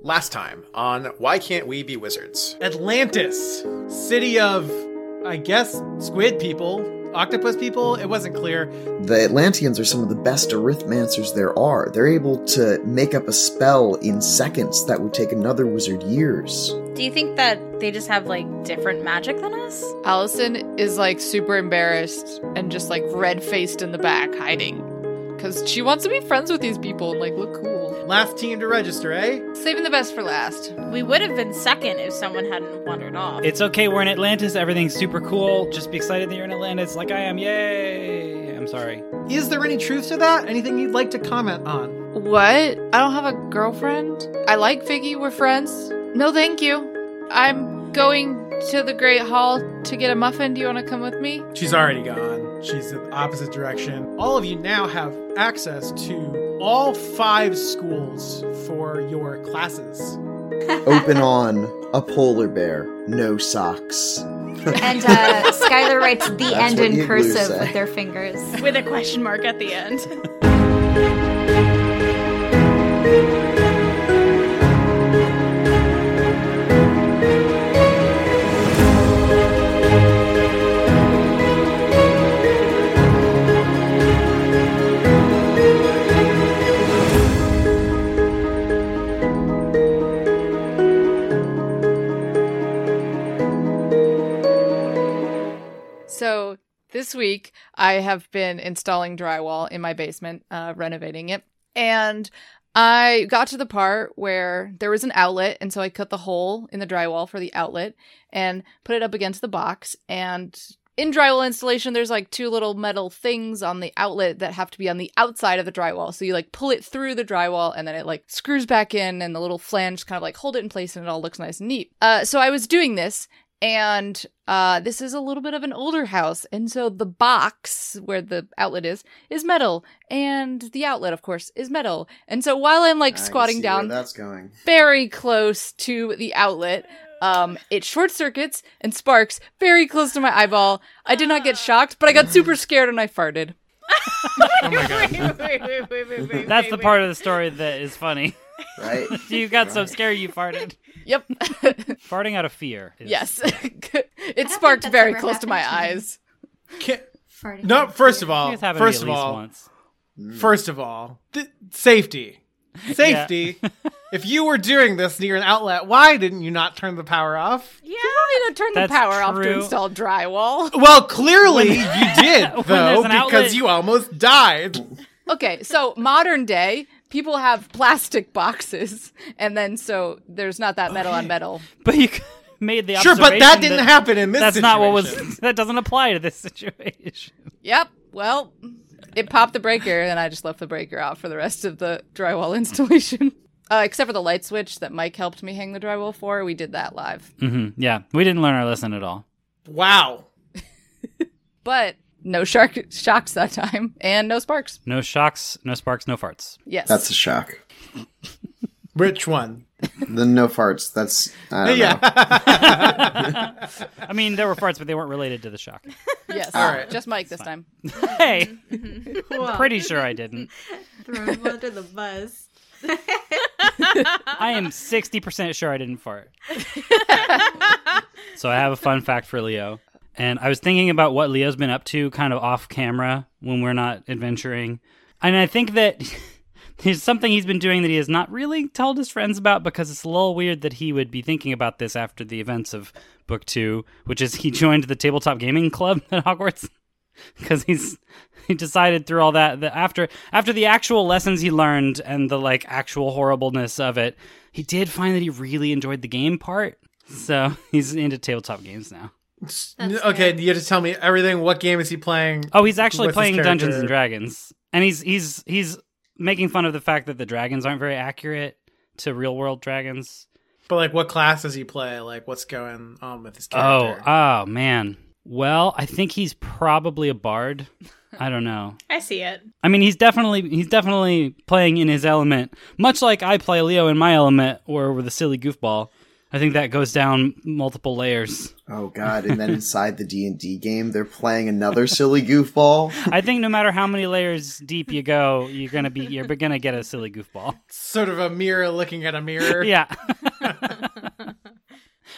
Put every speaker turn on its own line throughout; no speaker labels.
Last time on Why Can't We Be Wizards?
Atlantis, city of, I guess, squid people, octopus people. It wasn't clear.
The Atlanteans are some of the best arithmancers there are. They're able to make up a spell in seconds that would take another wizard years.
Do you think that they just have like different magic than us?
Allison is like super embarrassed and just like red faced in the back, hiding. Because she wants to be friends with these people and like look cool.
Last team to register, eh?
Saving the best for last.
We would have been second if someone hadn't wandered off.
It's okay, we're in Atlantis, everything's super cool. Just be excited that you're in Atlantis like I am. Yay! I'm sorry.
Is there any truth to that? Anything you'd like to comment on?
What? I don't have a girlfriend. I like Figgy, we're friends. No, thank you. I'm going to the Great Hall to get a muffin. Do you want to come with me?
She's already gone. She's the opposite direction. All of you now have access to all five schools for your classes.
Open on a polar bear, no socks.
And uh, Skylar writes the
That's
end
what
in
igloos
cursive
say.
with their fingers.
with a question mark at the end.
So this week I have been installing drywall in my basement, uh, renovating it, and I got to the part where there was an outlet, and so I cut the hole in the drywall for the outlet and put it up against the box. And in drywall installation, there's like two little metal things on the outlet that have to be on the outside of the drywall. So you like pull it through the drywall and then it like screws back in, and the little flange kind of like hold it in place, and it all looks nice and neat. Uh, so I was doing this, and uh, this is a little bit of an older house and so the box where the outlet is is metal and the outlet of course is metal and so while i'm like squatting down
that's going.
very close to the outlet um it short circuits and sparks very close to my eyeball i did not
Ah.
get shocked but i got super scared and i farted
wait, wait, wait, wait, wait,
That's
wait,
the
wait.
part of the story that is funny.
Right?
you got so scared you farted.
yep
Farting out of fear. is-
yes
think
it sparked
that's
very
ever
close to my
happened to me.
eyes
Can-
Farting.
no, first of
I
all,
think it's happened to me
first of
at least
all, Mm.
once.
First of all, th- safety. Safety. if you were doing this near an outlet, why didn't you not turn the power off?
Yeah.
i turned the
That's
power off to
true.
install drywall
Well, clearly you did, though,
there's an
because
outlet-
you almost died.
Okay, so modern day people have plastic boxes, and then so there's not that metal on metal.
But you made the
Sure, but that
observation
didn't happen in this
That's not what
situation.
was. That doesn't apply to this situation.
Yep. Well, it popped the breaker, and I just left the breaker off for the rest of the drywall installation. Uh, except for the light switch that Mike helped me hang the drywall for, we did that live.
hmm Yeah, we didn't learn our lesson at all.
Wow.
But no shark shocks that time, and no sparks.
No shocks, no sparks, no farts.
Yes,
That's a shock.
Which one?
The no farts. That's, I don't know.
Yeah.
I mean, there were farts, but they weren't related to the shock.
yes.
All right.
Just Mike this time.
hey, I'm pretty sure I didn't.
Throw him under the bus.
I am 60% sure I didn't fart. so I have a fun fact for Leo. And I was thinking about what Leo's been up to kind of off camera when we're not adventuring. And I think that there's something he's been doing that he has not really told his friends about because it's a little weird that he would be thinking about this after the events of book two, which is he joined the tabletop gaming club at Hogwarts. Because he's he decided through all that that after after the actual lessons he learned and the like actual horribleness of it, he did find that he really enjoyed the game part. So he's into tabletop games now.
okay, you just tell me everything. What game is he playing?
Oh, he's actually
What's his
playing Dungeons
character?
and Dragons, and he's he's he's making fun of the fact that the dragons aren't very accurate to real world dragons.
But like, what class does he play? Like, what's going on with his
Oh,
character?
oh man. Well, I think he's probably a bard. I don't know.
I see it.
I mean, he's definitely he's definitely playing in his element, much like I play Leo in my element, or with a silly goofball. I think that goes down multiple layers.
Oh god, and then inside the D&D game, they're playing another silly goofball.
I think no matter how many layers deep you go, you're gonna be you're gonna get a silly goofball.
Sort of a mirror looking at a mirror.
Yeah.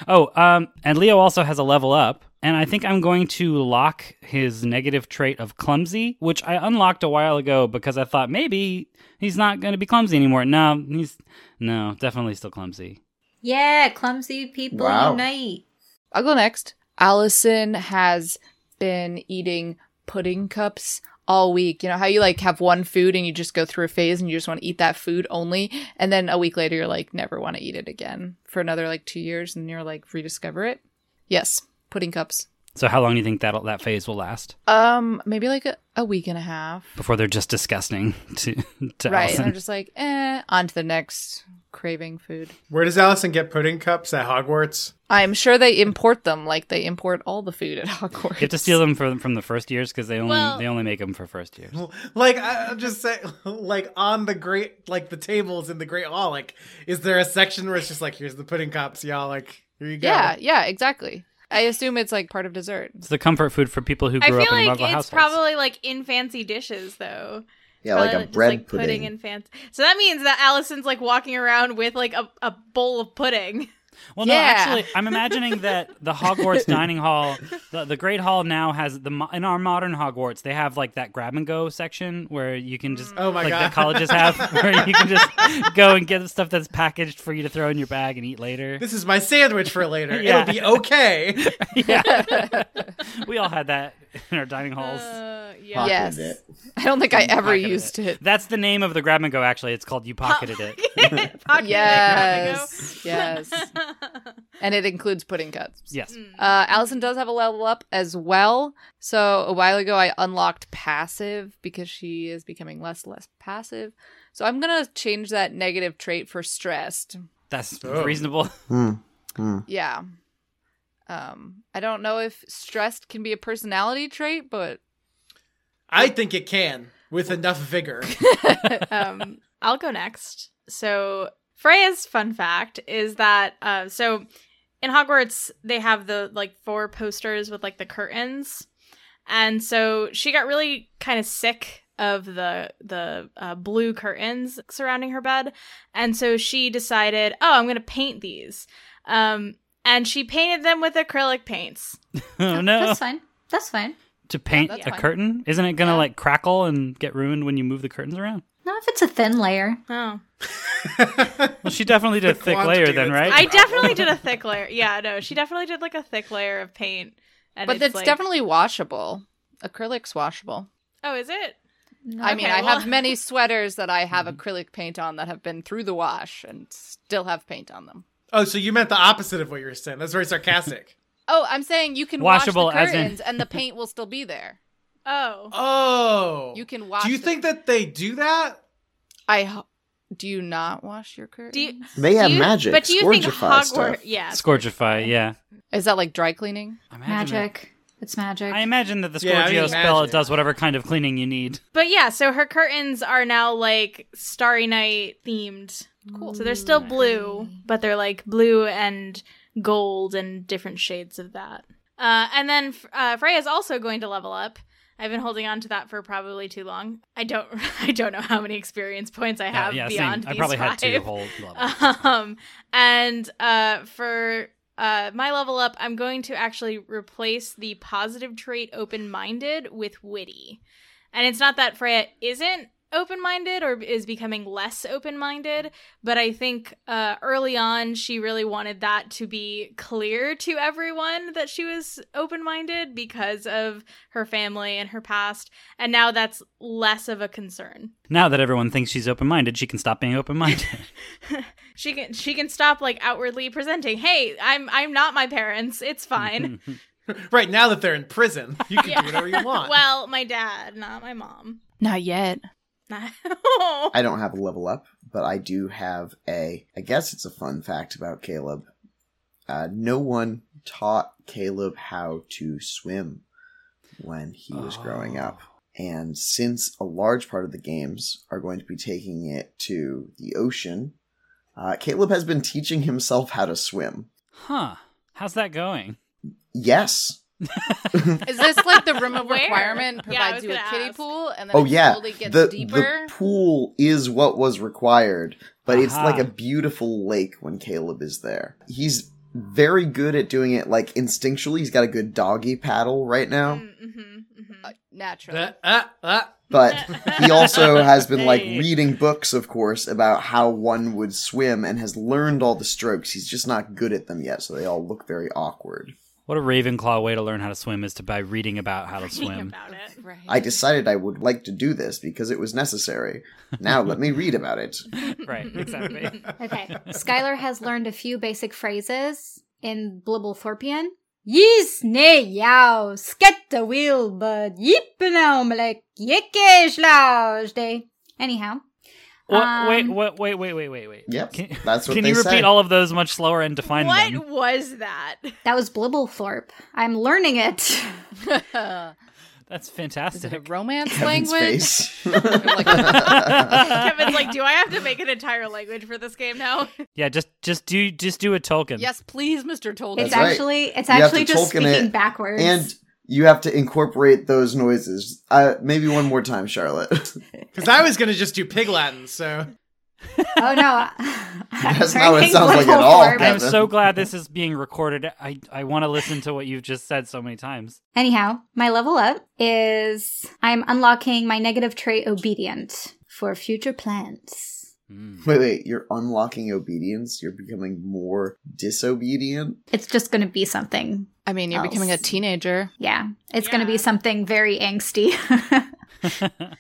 oh, um, and Leo also has a level up, and I think I'm going to lock his negative trait of clumsy, which I unlocked a while ago because I thought maybe he's not going to be clumsy anymore. No, he's no, definitely still clumsy.
Yeah, clumsy people
Wow.
unite.
I'll go next. Allison has been eating pudding cups all week. You know how you like have one food and you just go through a phase and you just want to eat that food only, and then a week later you're like never want to eat it again for another like two years, and you're like rediscover it. Yes, pudding cups.
So how long do you think that that phase will last
Um, maybe like a, a week and a half.
before they're just disgusting to to
right, and
Allison?
I'm just like, eh, on to the next craving food.
Where does Allison get pudding cups at Hogwarts?
I'm sure they import them like they import all the food at Hogwarts.
You have to steal them from from the first years because they only
Well-
they only make them for first years.
Like I- I'm just saying, like on the great, like the tables in the Great Hall. Like, is there a section where it's just like, here's the pudding cups, y'all? Like, here you go.
Yeah, yeah, exactly. I assume it's like part of dessert.
It's the comfort food for people who
I
grew
feel
up in
like
Muggle
it's
households.
probably like in fancy dishes though.
Yeah, like
Probably
a
Uh, just,
bread
like,
pudding.
in fancy. So that means that Allison's like walking around with like a, a bowl of pudding.
Well, no,
Yeah.
actually, I'm imagining that the Hogwarts dining hall, the, the Great Hall now has the mo- in our modern Hogwarts they have like that grab and go section where you can just
Oh my
like
God.
that colleges have where you can just go and get the stuff that's packaged for you to throw in your bag and eat later.
This is my sandwich for later.
Yeah.
It'll be okay.
yeah, we all had that in our dining halls.
Uh, yeah.
Pocketed
yes.
it.
I don't think I ever
Pocketed
used it.
That's the name of the grab and go. Actually, it's called "You Pocketed It."
Pocket
Yes.
it,
yes.
there we go.
And it includes pudding cups.
Yes.
Hmm.
Uh, Allison does have a level up as well. So a while ago, I unlocked passive because she is becoming less less passive. So I'm gonna change that negative trait for stressed.
That's
Oh.
reasonable.
Hmm. Hmm.
Yeah. Um, I don't know if stressed can be a personality trait, but
I think it can with enough vigor.
um, I'll go next. So Freya's fun fact is that uh, so in Hogwarts they have the like four posters with like the curtains, and so she got really kind of sick of the the uh, blue curtains surrounding her bed, and so she decided, oh, I'm gonna paint these. Um, and she painted them with acrylic paints.
oh no!
That's fine. That's fine.
To paint
that's
a
fine.
curtain, isn't it gonna
Yeah.
like crackle and get ruined when you move the curtains around?
Not if it's a thin layer.
Oh,
Well, she definitely did a
The
thick layer
quantity
then,
that's-
right?
I definitely did a thick layer. Yeah, no, she definitely did like a thick layer of paint. And
but
it's,
it's
like-
definitely washable. Acrylic's washable.
Oh, is it?
I mean,
Okay,
I
well-
have many sweaters that I have
Mm-hmm.
acrylic paint on that have been through the wash and still have paint on them.
oh, so you meant the opposite of what you were saying. That's very sarcastic.
Oh, I'm saying you can
Washable
wash the
as in-
curtains and the paint will still be there.
Oh.
Oh.
You can wash.
Do you
the-
think that they do that?
I ho- do you not wash your curtains?
Do you,
They have
do you-
magic.
But do you think
Scourgify
Hogwarts?
stuff.
Yeah.
Scourgify, yeah.
Is that like dry cleaning?
I imagine
Magic. It's magic.
that- I imagine that the Scourgio
Yeah, I mean,
spell
magic.
does whatever kind of cleaning you need.
But yeah, so her curtains are now like Starry Night themed.
Cool.
So they're still blue, but they're like blue and gold and different shades of that. Uh, and then uh, Freya's also going to level up. I've been holding on to that for probably too long. I don't, I don't know how many experience points I have
yeah,
beyond
same. I
these
probably had two
five.
whole levels.
Um, and uh, for uh, my level up, I'm going to actually replace the positive trait open minded with witty. And it's not that Freya isn't open minded or is becoming less open minded, but I think uh, early on she really wanted that to be clear to everyone that she was open minded because of her family and her past. And now that's less of a concern.
now that everyone thinks she's open minded, she can stop being open minded.
she can she can stop like outwardly presenting hey i'm i'm not my parents it's fine
Right now that they're in prison, you can
Yeah.
do whatever you want.
well my dad not my mom Mm-hmm,
Not yet.
no
I don't have a level up, but I do have a. I guess it's a fun fact about Caleb. Uh, no one taught Caleb how to swim when he was growing
Oh.
up. And since a large part of the games are going to be taking it to the ocean, Uh, Caleb has been teaching himself how to swim.
Huh. How's that going?
Yes.
Is this like the room of
Where?
requirement
Yeah, I
provides
was
you a
gonna
kiddie
ask.
pool and then
oh
it
yeah.
slowly gets
The
deeper?
the pool is what was required, but it's
Aha.
like a beautiful lake when Caleb is there. He's very good at doing it like instinctually. He's got a good doggy paddle right now.
Mm.
Mm-hmm,
Uh, naturally.
Ah, ah, ah.
but he also has been like
Hey.
reading books of course about how one would swim and has learned all the strokes he's just not good at them yet so they all look very awkward
What a Ravenclaw way to learn how to swim is to by reading about how to swim.
about it.
right.
i decided i would like to do this because it was necessary now let me read about it
right, exactly.
Okay. Skylar has learned a few basic phrases in Blibblethorpian. Yes, nay, yow, sket the wheel, but yeepenomlek, yekesh laude. Anyhow,
What, wait,
Um,
what, wait, wait, wait, wait, wait.
Yep,
Can,
that's what
Can
they
you repeat
say.
all of those much slower and define
What
them?
was that?
that was Blibblethorpe. I'm learning it.
That's
Is it a
fantastic.
romance
Kevin's
language?
face.
Kevin's like, do I have to make an entire language for this game now?
yeah, just just do just do a Tolkien.
yes, please, Mr. Tolkien.
It's
That's right.
actually, it's
You have
actually
to
just
Tolkien
speaking
it
backwards.
and you have to incorporate those noises uh, maybe one more time charlotte
Because I was going to just do pig Latin, so.
oh no,
That's not what it sounds like at all,
Blibblethorpe.
I'm
Kevin.
so glad this is being recorded. I I want to listen to what you've just said so many times.
Anyhow, my level up is I'm unlocking my negative trait obedient for future plans.
Mm.
wait wait you're unlocking obedience you're becoming more disobedient
It's just going to be something.
I mean, you're
else.
becoming a teenager.
Yeah, it's going to be
Yeah.
something very angsty.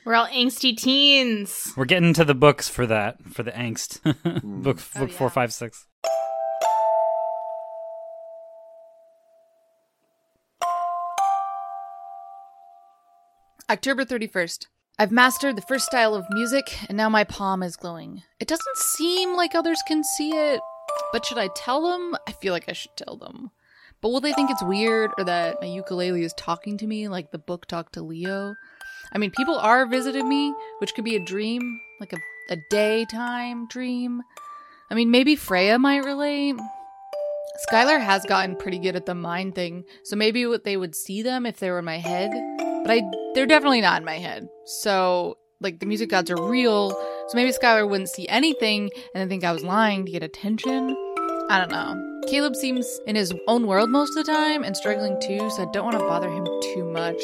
We're all angsty teens.
We're getting to the books for that for the angst
Mm.
book book
Oh,
four
yeah.
five six.
October 31st. I've mastered the first style of music, and now my palm is glowing. It doesn't seem like others can see it, but should I tell them? I feel like I should tell them. But will they think it's weird or that my ukulele is talking to me like the book talked to Leo? I mean, people are visiting me, which could be a dream, like a, a daytime dream. I mean, maybe Freya might relate. Skylar has gotten pretty good at the mind thing, so maybe what they would see them if they were in my head. But I they're definitely not in my head. So like the music gods are real, so maybe Skylar wouldn't see anything and then think I was lying to get attention. I don't know. Caleb seems in his own world most of the time and struggling too, so I don't want to bother him too much.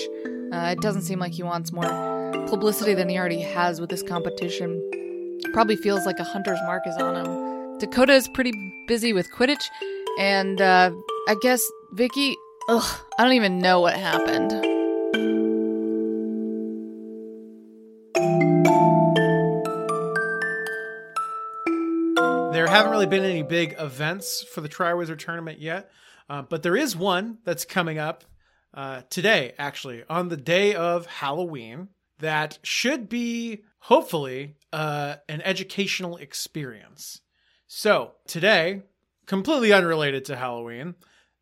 Uh, it doesn't seem like he wants more publicity than he already has with this competition. Probably feels like a hunter's mark is on him. Dakota is pretty busy with Quidditch, and uh, I guess Vicky. Ugh, I don't even know what happened.
There haven't really been any big events for the Triwizard Tournament yet, uh, but there is one that's coming up uh, today, actually, on the day of Halloween, that should be hopefully uh, an educational experience. So, today, completely unrelated to Halloween,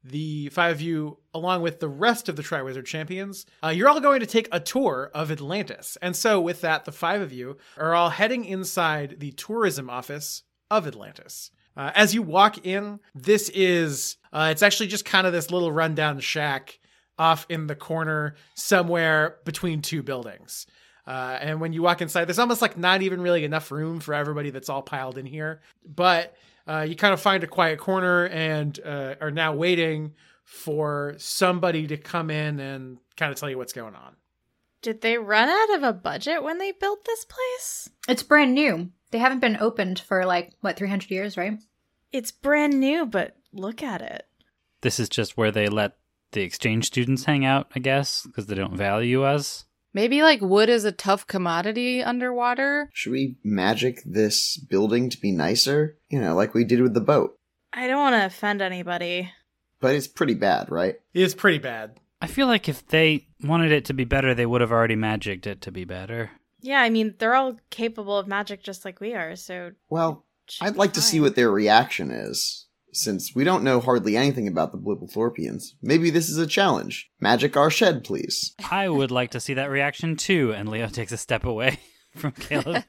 the five of you, along with the rest of the Triwizard Champions, uh, you're all going to take a tour of Atlantis. And so, with that, the five of you are all heading inside the tourism office of Atlantis. Uh, as you walk in, this is, uh, it's actually just kind of this little rundown shack off in the corner somewhere between two buildings. Uh, and when you walk inside, there's almost like not even really enough room for everybody that's all piled in here. But uh, you kind of find a quiet corner and uh, are now waiting for somebody to come in and kind of tell you what's going on.
Did they run out of a budget when they built this place?
it's brand new. They haven't been opened for like what 300 years, right?
It's brand new, but look at it.
This is just where they let the exchange students hang out, I guess, because they don't value us.
Maybe like wood is a tough commodity underwater.
Should we magic this building to be nicer? You know, like we did with the boat.
I don't want to offend anybody.
But it's pretty bad, right?
It's pretty bad.
I feel like if they wanted it to be better, they would have already magicked it to be better.
Yeah, I mean, they're all capable of magic just like we are, so.
Well, I'd like to see what their reaction is, since we don't know hardly anything about the Blibblethorpians. Maybe this is a challenge. Magic our shed, please.
I would like to see that reaction too. And Leo takes a step away from Caleb.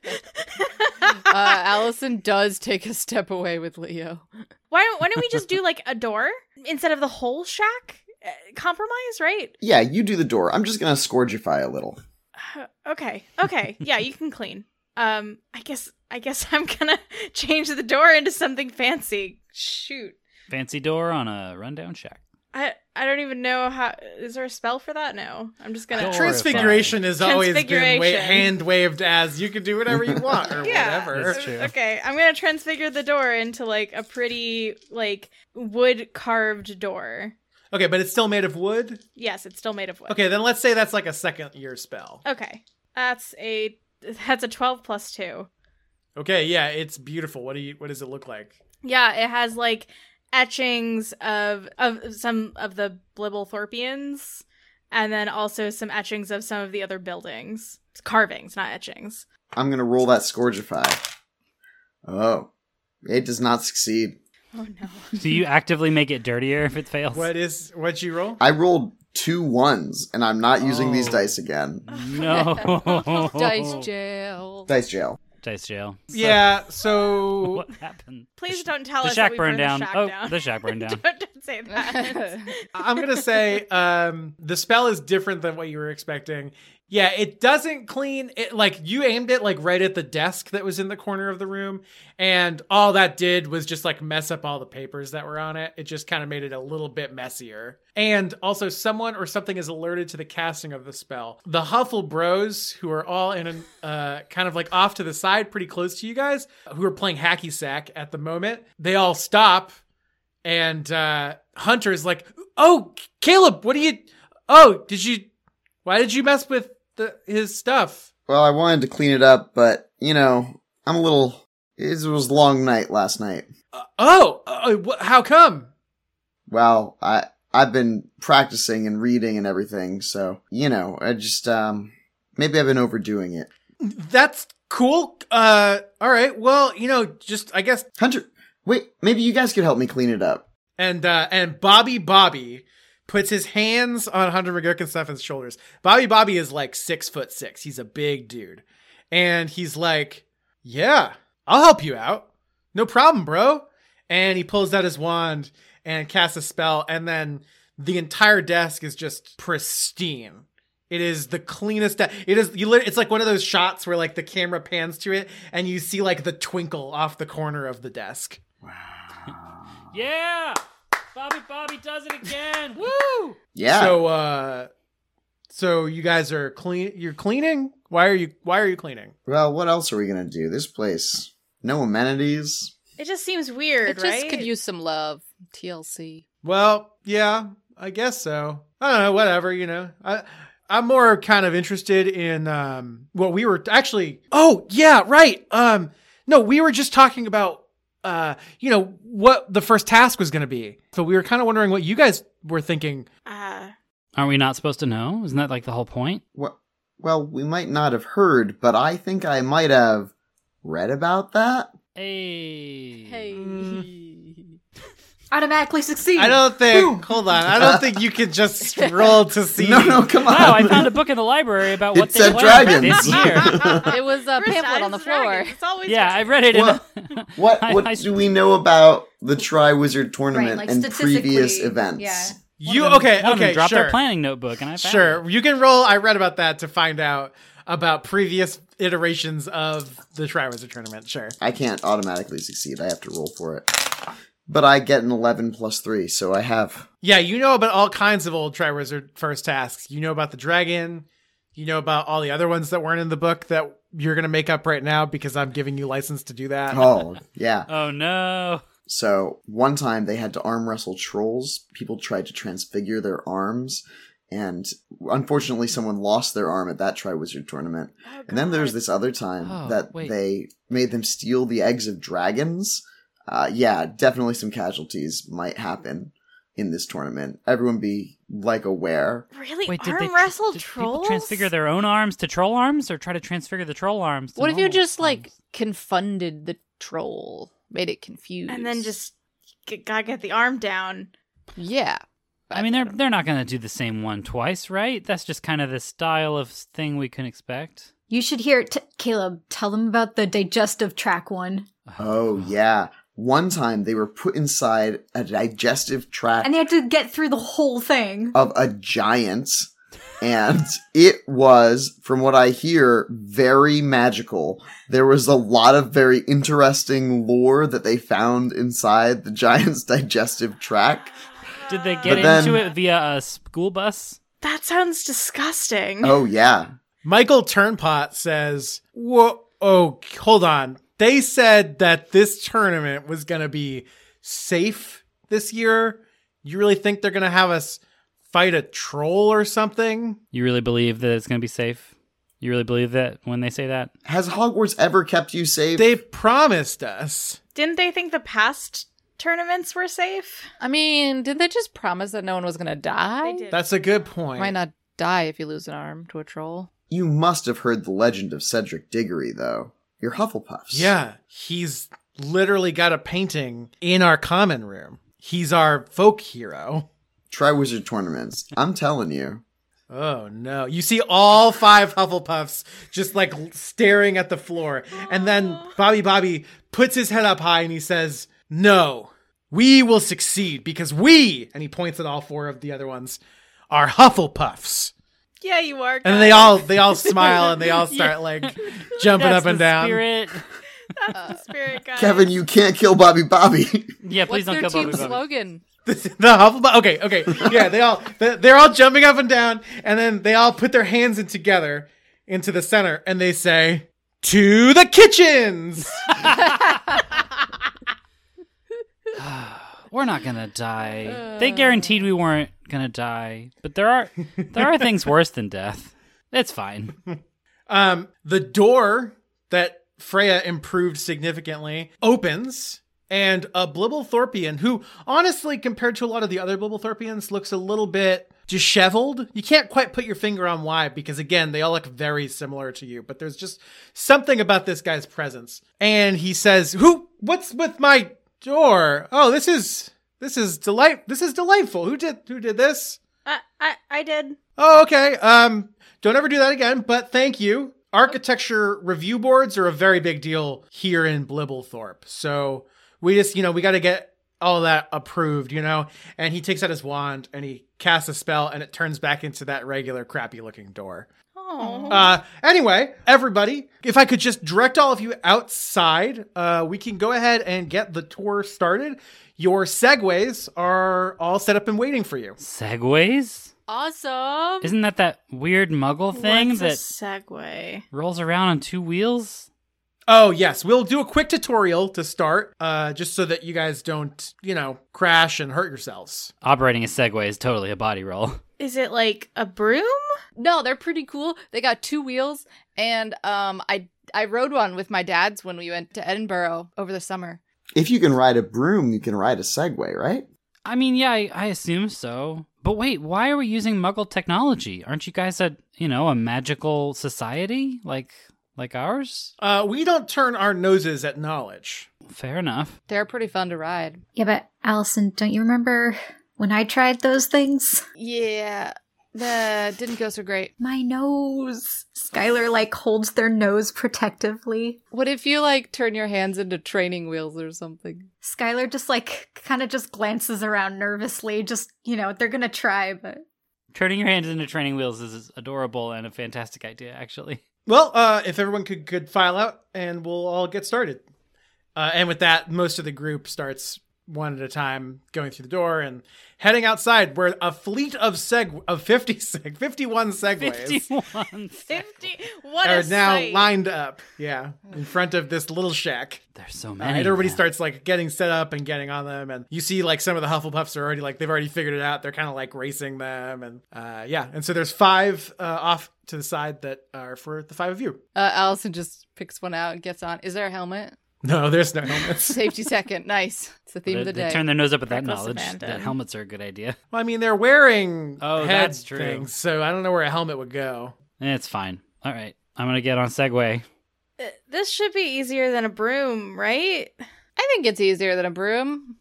Uh, Allison does take a step away with Leo.
Why don't Why don't we just do like a door instead of the whole shack? Uh, Compromise, right?
Yeah, you do the door. I'm just gonna scourgify a little.
Uh, okay, okay, yeah, you can clean. Um, I guess I guess I'm gonna change the door into something fancy. Shoot,
Fancy door on a rundown shack.
I I don't even know how. Is there a spell for that? No, I'm just gonna.
Door.
Transfiguration has always been wa-
Transfiguration.
hand waved as you can do whatever you want or
Yeah.
whatever.
That's true.
Okay, I'm gonna transfigure the door into like a pretty like wood carved door.
Okay, but it's still made of wood.
Yes, it's still made of wood.
Okay, then let's say that's like a second year spell.
Okay. That's a that's a 12 plus 2.
Okay, yeah, it's beautiful. What do you? What does it look like?
Yeah, it has like etchings of of some of the Blibblethorpians and then also some etchings of some of the other buildings. It's carvings, not etchings.
I'm gonna roll that scourgify. Oh, it does not succeed.
Oh no.
Do you actively make it dirtier if it fails?
What is? What'd you roll?
I rolled two ones, and I'm not using these
Oh.
dice again.
No.
Dice jail.
Dice jail.
Dice jail. So-
yeah. So
what happened?
Please don't tell
the
us
shack
that we
burned down.
The shack
oh,
down.
the shack burned down.
don't, don't say that.
I'm gonna say um, the spell is different than what you were expecting. Yeah, it doesn't clean it. Like you aimed it like right at the desk that was in the corner of the room, and all that did was just like mess up all the papers that were on it. It just kind of made it a little bit messier. And also, someone or something is alerted to the casting of the spell. The Huffle Bros, who are all in an uh, kind of like off to the side, pretty close to you guys, who are playing hacky sack at the moment, they all stop and uh Hunter's like, "Oh, Caleb, what do you? Oh, did you? Why did you mess with the, his stuff?"
Well, I wanted to clean it up, but you know, I'm a little. It was a long night last night.
Uh, oh, uh, wh- how come?
Well, I I've been practicing and reading and everything, so you know, I just um maybe I've been overdoing it.
That's cool. Uh, all right. Well, you know, just I guess.
Hunter, wait, maybe you guys could help me clean it up.
And uh and Bobby Bobby puts his hands on Hunter McGurk and Stefan's shoulders. Bobby Bobby is like six foot six. He's a big dude, and he's like, "Yeah, I'll help you out. No problem, bro." and he pulls out his wand and casts a spell and then the entire desk is just pristine it is the cleanest de- it is you lit- it's like one of those shots where like the camera pans to it and you see like the twinkle off the corner of the desk
Yeah. Bobby Bobby does it again. Woo!
Yeah.
so uh so you guys are clean you're cleaning why are you why are you cleaning
well, what else are we gonna do? This place, no amenities.
it just seems weird,
It just
right?
could use some love. TLC.
Well, yeah, I guess so. I don't know, whatever, you know. I I'm more kind of interested in um what we were actually Oh, yeah, right. Um no, we were just talking about uh you know what the first task was going to be. So we were kind of wondering what you guys were thinking.
uh,
Aren't we not supposed to know? Isn't that like the whole point?
What? Well, we might not have heard, but I think I might have read about that.
Hey.
Automatically succeed.
I don't think Hold on. I don't think you could just roll to see
No, no, come on.
Wow, I found a book in the library about what
It
they
said
learned
dragons.
this year.
It was a
first
pamphlet on
time's
the
a
floor.
dragon. It's always
yeah, I read it.
What?
In a-
What
I-
what
I-
do we know about the Triwizard tournament
Right, like
and previous
statistically,
events?
yeah.
you
One of them-
okay,
one of them
okay,
dropped
sure.
their planning notebook, and I found
Sure,
it.
you can roll. I read about that to find out about previous iterations of the Triwizard tournament. Sure.
I can't automatically succeed. I have to roll for it. But I get an 11 plus 3, so I have.
Yeah, you know about all kinds of old Triwizard first tasks. You know about the dragon. You know about all the other ones that weren't in the book that you're going to make up right now because I'm giving you license to do that.
Oh, yeah.
Oh no.
So one time they had to arm wrestle trolls. People tried to transfigure their arms. And unfortunately, someone lost their arm at that Triwizard tournament. and then there's this other time
Oh,
that
wait.
they made them steal the eggs of dragons. Uh, yeah, definitely some casualties might happen in this tournament. Everyone be like aware.
really
Wait, did
arm
they tr-
wrestle
did people
trolls?
transfigure their own arms to troll arms, or try to transfigure the troll arms? to
What if you
normal
just like
arms?
confunded the troll, made it confused,
and then just g- gotta get the arm down.
yeah.
I mean, they're they're not going to do the same one twice, right? That's just kind of the style of thing we can expect.
You should hear t- Caleb tell them about the digestive tract one.
Oh yeah. One time they were put inside a digestive tract
And they had to get through the whole thing.
of a giant, and it was, from what I hear, very magical. There was a lot of very interesting lore that they found inside the giant's digestive tract.
Did they get
But then-
into it via a school bus?
That sounds disgusting.
Oh yeah.
Michael Turnpot says, Whoa, oh, hold on. They said that this tournament was going to be safe this year. You really think they're going to have us fight a troll or something?
You really believe that it's going to be safe? You really believe that when they say that?
Has Hogwarts ever kept you safe?
They promised us.
Didn't they think the past tournaments were safe?
I mean, did they just promise that no one was gonna die?
They did.
That's a good point.
Why not die if you lose an arm to a troll?
you must have heard the legend of Cedric Diggory, though. You're Hufflepuffs.
Yeah, he's literally got a painting in our common room. He's our folk hero.
Try wizard tournaments. I'm telling you.
Oh no. You see all five Hufflepuffs just like l- staring at the floor. And then Bobby Bobby puts his head up high and he says, No, we will succeed because we, and he points at all four of the other ones, are Hufflepuffs.
Yeah, you are.
And then they all they all smile and they all start like jumping up
That's
and
the
down.
Spirit.
the spirit guy.
Kevin, you can't kill Bobby Bobby.
Yeah,
What's
please
their
don't kill
team
Bobby. Bobby.
slogan?
the Hufflepuff. Okay, okay, yeah. They all they- they're all jumping up and down, and then they all put their hands in together into the center, and they say, "To the kitchens."
We're not gonna die. they guaranteed we weren't gonna die, but there are there are things worse than death. It's fine.
Um, the door that Freya improved significantly opens, and a Blibblethorpian, who honestly, compared to a lot of the other Blibblethorpians, looks a little bit disheveled. You can't quite put your finger on why, because again, they all look very similar to you, but there's just something about this guy's presence. And he says, Who what's with my door? Oh, this is this is delight this is delightful. Who did who did this?
I, I, I did.
Oh, okay. Um, don't ever do that again, but thank you. Architecture review boards are a very big deal here in Blibblethorpe. So we just, you know, we got to get all that approved, you know? And he takes out his wand and he casts a spell and it turns back into that regular crappy looking door.
Oh.
Uh, anyway, everybody, if I could just direct all of you outside, uh, we can go ahead and get the tour started. Your segways are all set up and waiting for you.
Segways?
Awesome.
Isn't that that weird Muggle thing
What's
that
a segue.
rolls around on two wheels?
Oh yes, we'll do a quick tutorial to start, uh, just so that you guys don't, you know, crash and hurt yourselves.
Operating a Segway is totally a body roll.
Is it like a broom?
No, they're pretty cool. They got two wheels, and um, I I rode one with my dad's when we went to Edinburgh over the summer.
If you can ride a broom, you can ride a Segway, right?
I mean, yeah, I, I assume so. But wait, why are we using Muggle technology? Aren't you guys a you know a magical society like like ours?
Uh, we don't turn our noses at knowledge.
Fair enough.
They're pretty fun to ride.
Yeah, but Allison, don't you remember when I tried those things?
Yeah, that didn't go so great.
My nose. Skylar like holds their nose protectively.
What if you like turn your hands into training wheels or something?
Skylar just like kind of just glances around nervously. Just you know they're gonna try, but
Turning your hands into training wheels is adorable and a fantastic idea, actually.
Well, uh, if everyone could could file out, and we'll all get started. Uh, and with that, most of the group starts one at a time, going through the door and heading outside, where a fleet of seg of fifty seg fifty one segways
Fifty-one.
50. What
are
a
now
sight.
lined up. Yeah, in front of this little shack.
There's so
And
many.
everybody
of them.
starts like getting set up and getting on them, and you see like some of the Hufflepuffs are already like they've already figured it out. They're kind of like racing them, and uh, yeah. And so there's five uh, off to the side that are for the five of you.
Uh, Allison just picks one out and gets on. Is there a helmet?
No, there's no helmets.
Safety second. Nice. It's the theme
They,
of the
they
day.
turn their nose up at that
Reckless
knowledge.
abandon.
That helmets are a good idea.
well, I mean they're wearing
Oh,
head
that's true.
things, so I don't know where a helmet would go.
Eh, It's fine. All right, I'm gonna get on Segway.
Uh, This should be easier than a broom, right?
I think it's easier than a broom.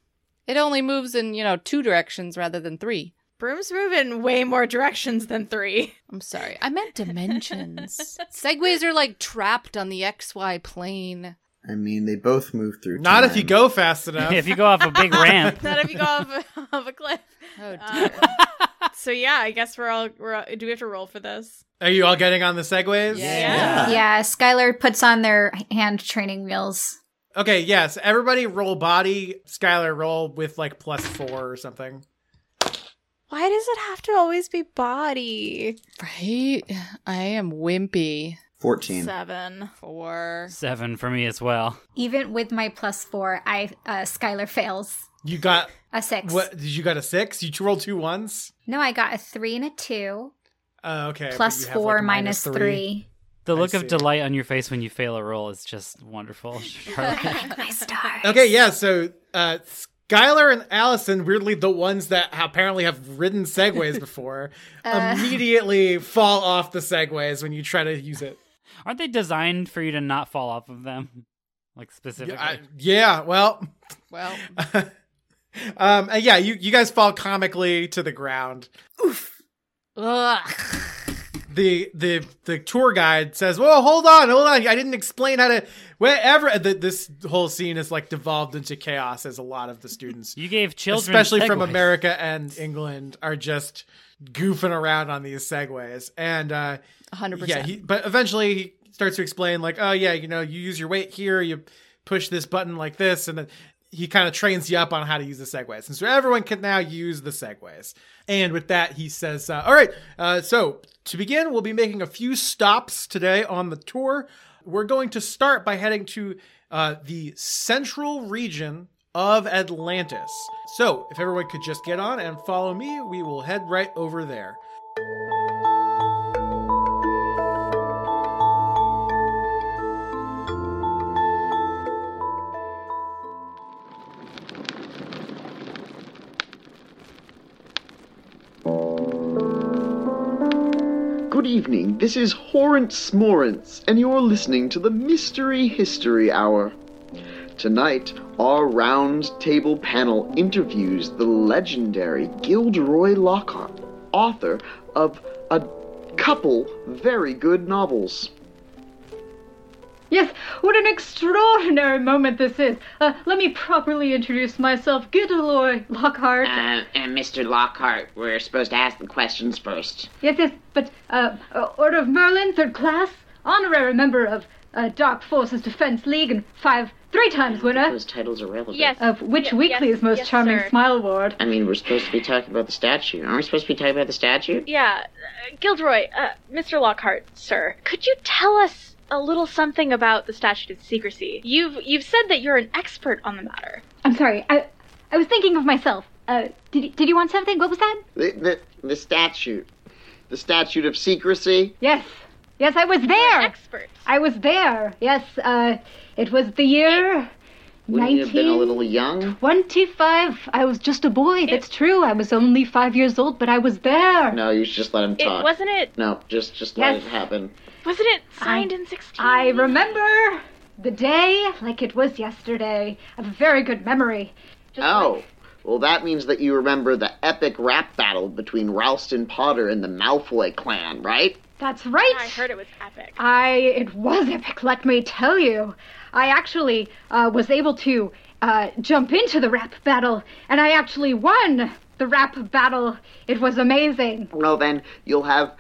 It only moves in you know two directions rather than three.
Broom's moving way more directions than three.
I'm sorry. I meant dimensions. Segways are like trapped on the XY plane.
I mean, they both move through.
Not if you
time.
go fast enough.
if you go off a big ramp.
Not if you go off a, off a cliff.
Oh,
Uh,
dear.
so yeah, I guess we're all we're all, do we have to roll for this?
Are you all getting on the segways? Ah.
Yeah.
yeah, Skylar puts on their hand training wheels.
Okay, yes. Everybody roll body. Skylar, roll with like plus four or something.
Why does it have to always be body?
Right? I am wimpy.
fourteen.
Seven.
For
Seven for me as well.
Even with my plus four, I uh, Skylar fails
You got
a six.
what? Did you got a six? You rolled two ones.
No, I got a three and a two.
Uh, okay. but
Plus
you have,
four,
like,
minus three.
The
I
look
see.
of delight on your face when you fail a roll is just wonderful. Charlotte.
Thank my stars.
Okay, yeah. So uh, Skylar and Allison, weirdly the ones that apparently have ridden segways before,
Uh.
immediately fall off the segways when you try to use it.
Aren't they designed for you to not fall off of them? Like specifically.
Yeah, I- yeah, well,
well,
um, uh, yeah, you you guys fall comically to the ground.
ugh.
the the the tour guide says, "Well, hold on, hold on. I didn't explain how to wherever the, this whole scene is like devolved into chaos as a lot of the students,
you gave children,
especially from
segues.
America and England, are just goofing around on these segues." And uh,
100%.
yeah, he, but eventually he starts to explain like, "Oh yeah, you know, you use your weight here, you push this button like this, and then." He kind of trains you up on how to use the segways. And so everyone can now use the segways. And with that, he says, uh, All right, uh, so to begin, we'll be making a few stops today on the tour. We're going to start by heading to uh, the central region of Atlantis. So if everyone could just get on and follow me, we will head right over there.
Good evening. This is Horrence Morrence, and you're listening to the Mystery History Hour. Tonight, our round table panel interviews the legendary Gilderoy Lockhart, author of a couple very good novels.
Yes, what an extraordinary moment this is. Uh, let me properly introduce myself, Gilderoy Lockhart.
Uh, and Mr. Lockhart, we're supposed to ask the questions first.
Yes, yes, but uh, uh, Order of Merlin, third class, honorary member of uh, Dark Forces Defense League, and five, three times winner
Those titles are relevant.
Yes.
of Witch
Ye-
Weekly's
yes,
Most
yes,
Charming
sir.
Smile Award.
I mean, we're supposed to be talking about the statue. Aren't we supposed to be talking about the statue?
Yeah, uh, Gilderoy, uh, Mr. Lockhart, sir, could you tell us a little something about the statute of secrecy? You've you've said that you're an expert on the matter.
I'm sorry, I, I was thinking of myself. Uh, did, y- did you want something? What was that?
The, the, the statute. The statute of secrecy.
Yes, yes, I was there.
Expert.
I was there. Yes, uh, it was the year.
Wouldn't you have been a
19
little young?
25. I was just a boy. That's true. I was only five years old, but I was there.
No, you should just let him
It
talk.
wasn't it
No, just just let
Yes.
it happen.
wasn't it signed in sixteen?
I remember the day like it was yesterday. I have a very good memory. Just
Oh,
like-
well, that means that you remember the epic rap battle between Ralston Potter and the Malfoy clan, right?
that's right.
I heard it was epic.
I it was epic, let me tell you. I actually uh, was able to uh, jump into the rap battle, and I actually won the rap battle. It was amazing.
Well, then you'll have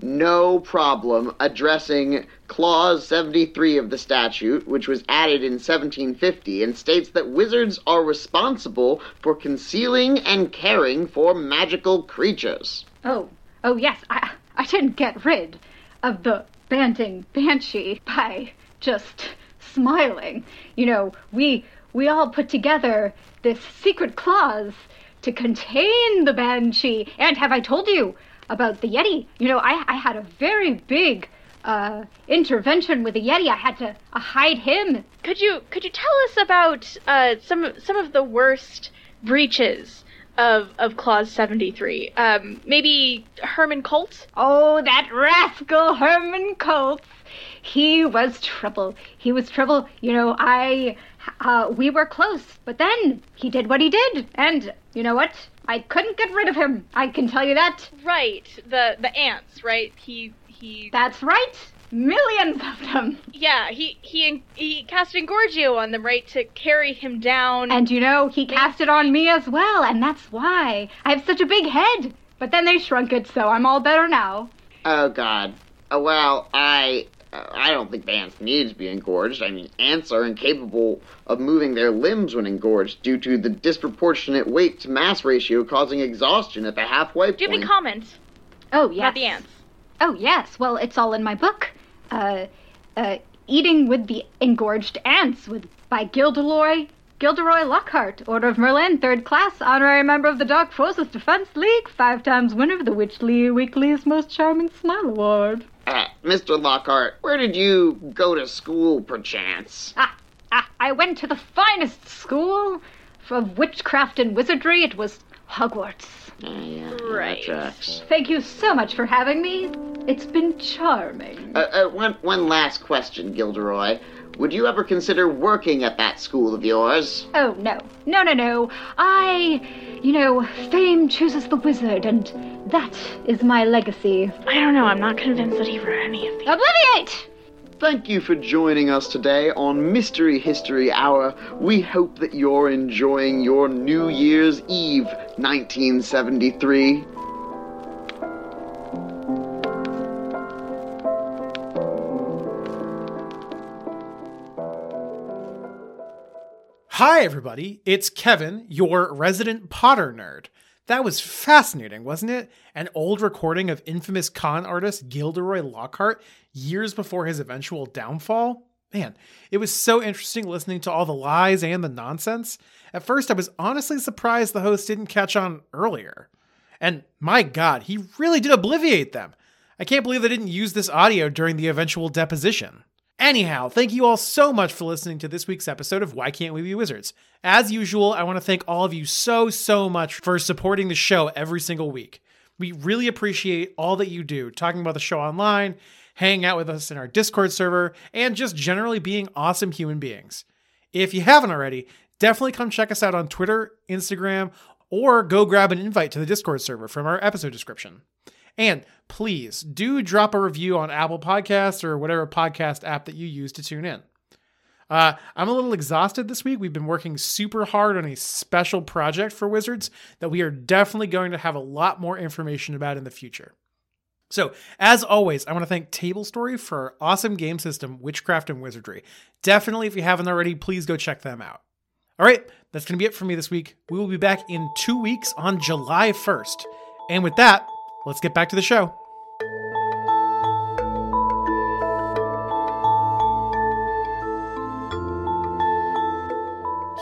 no problem addressing Clause 73 of the statute, which was added in 1750 and states that wizards are responsible for concealing and caring for magical creatures.
Oh, oh yes, I I didn't get rid of the banting banshee by just smiling. You know, we we all put together this secret clause to contain the banshee. And have I told you about the yeti? You know, I I had a very big uh intervention with the yeti. I had to uh, hide him.
Could you could you tell us about uh, some some of the worst breaches of of clause seventy three? Um, maybe Herman Colt.
Oh, that rascal Herman Colts. He was trouble. He was trouble. You know, I uh, we were close, but then he did what he did, and you know what? I couldn't get rid of him. I can tell you that.
Right. The the ants, right? He he
That's right. Millions of them.
Yeah, he he he cast Engorgio on them, right, to carry him down.
And you know, he cast it on me as well, and that's why I have such a big head. But then they shrunk it, so I'm all better now.
Oh God. Uh, well, I uh, I don't think the ants need to be engorged. I mean, ants are incapable of moving their limbs when engorged due to the disproportionate weight to mass ratio causing exhaustion at the halfway
Do you have
point.
any comment
Oh yes.
about the ants?
Oh yes. Well, it's all in my book. Uh, uh, eating with the engorged ants with by Gilderoy Gilderoy Lockhart, Order of Merlin, Third Class, honorary member of the Dark Forces Defense League, five times winner of the Witchly Weekly's Most Charming Smile Award.
Uh, Mr. Lockhart, where did you go to school, perchance?
Ah, ah, I went to the finest school for witchcraft and wizardry. It was Hogwarts.
Right.
Thank you so much for having me. It's been charming.
Uh, uh, one, one last question, Gilderoy. Would you ever consider working at that school of yours?
Oh, no. No, no, no. I, you know, fame chooses the wizard, and that is my legacy.
I don't know. I'm not convinced that he wrote any of these.
Obliviate!
Thank you for joining us today on Mystery History Hour. We hope that you're enjoying your New Year's Eve 1973.
Hi, everybody. It's Kevin, your resident Potter nerd. That was fascinating, wasn't it? An old recording of infamous con artist Gilderoy Lockhart years before his eventual downfall? Man, it was so interesting listening to all the lies and the nonsense. At first, I was honestly surprised the host didn't catch on earlier. And my God, he really did obliviate them. I can't believe they didn't use this audio during the eventual deposition. Anyhow, thank you all so much for listening to this week's episode of Why Can't We Be Wizards. As usual, I want to thank all of you so, so much for supporting the show every single week. We really appreciate all that you do, talking about the show online, hanging out with us in our Discord server, and just generally being awesome human beings. If you haven't already, definitely come check us out on Twitter, Instagram, or go grab an invite to the Discord server from our episode description. And please do drop a review on Apple Podcasts or whatever podcast app that you use to tune in. Uh, I'm a little exhausted this week. We've been working super hard on a special project for Wizards that we are definitely going to have a lot more information about in the future. So, as always, I want to thank Table Story for our awesome game system, Witchcraft and Wizardry. Definitely, if you haven't already, please go check them out. All right, that's going to be it for me this week. We will be back in two weeks on July 1st. And with that, let's get back to the show.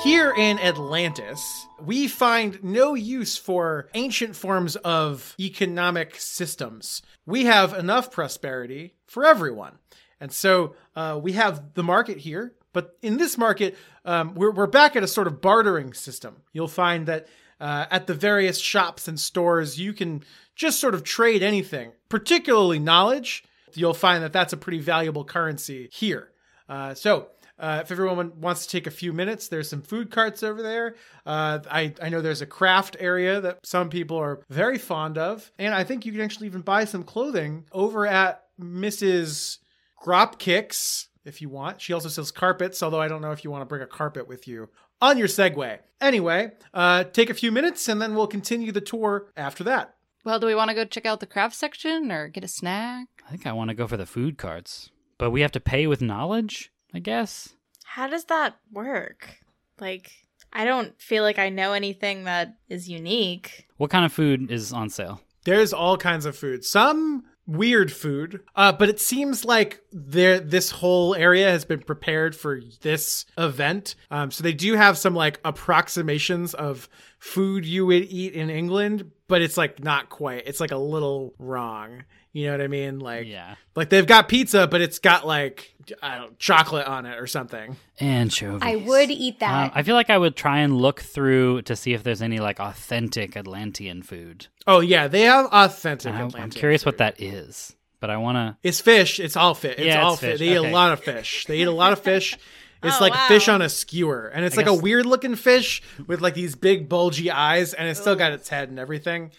Here in Atlantis, we find no use for ancient forms of economic systems. We have enough prosperity for everyone. And so uh, we have the market here, but in this market, um, we're, we're back at a sort of bartering system. You'll find that uh, at the various shops and stores, you can just sort of trade anything, particularly knowledge. You'll find that that's a pretty valuable currency here. Uh, so, uh, if everyone wants to take a few minutes, there's some food carts over there. Uh, I, I know there's a craft area that some people are very fond of. And I think you can actually even buy some clothing over at Mrs. Gropkicks if you want. She also sells carpets, although I don't know if you want to bring a carpet with you on your Segway. Anyway, uh, take a few minutes and then we'll continue the tour after that.
Well, do we want to go check out the craft section or get a snack?
I think I want to go for the food carts, but we have to pay with knowledge, I guess.
How does that work? Like, I don't feel like I know anything that is unique.
What kind of food is on sale?
There's all kinds of food. Some weird food, uh, but it seems like there this whole area has been prepared for this event. Um, so they do have some like approximations of food you would eat in England, but it's like not quite. It's like a little wrong. You know what I mean? Like,
Yeah.
like they've got pizza, but it's got like I don't chocolate on it or something.
Anchovies.
I would eat
Uh,
that.
I feel like I would try and look through to see if there's any like authentic Atlantean food.
Oh yeah, they have authentic.
I'm, I'm
Atlantean
curious
food.
what that is, but I want to.
It's fish. It's all fish. It's
Yeah, it's
all fish.
fish.
They eat
Okay.
a lot of fish. They eat a lot of fish. It's
Oh,
like
wow.
fish on a skewer, and it's
I
like
guess-
a weird looking fish with like these big bulgy eyes, and it's still got its head and everything.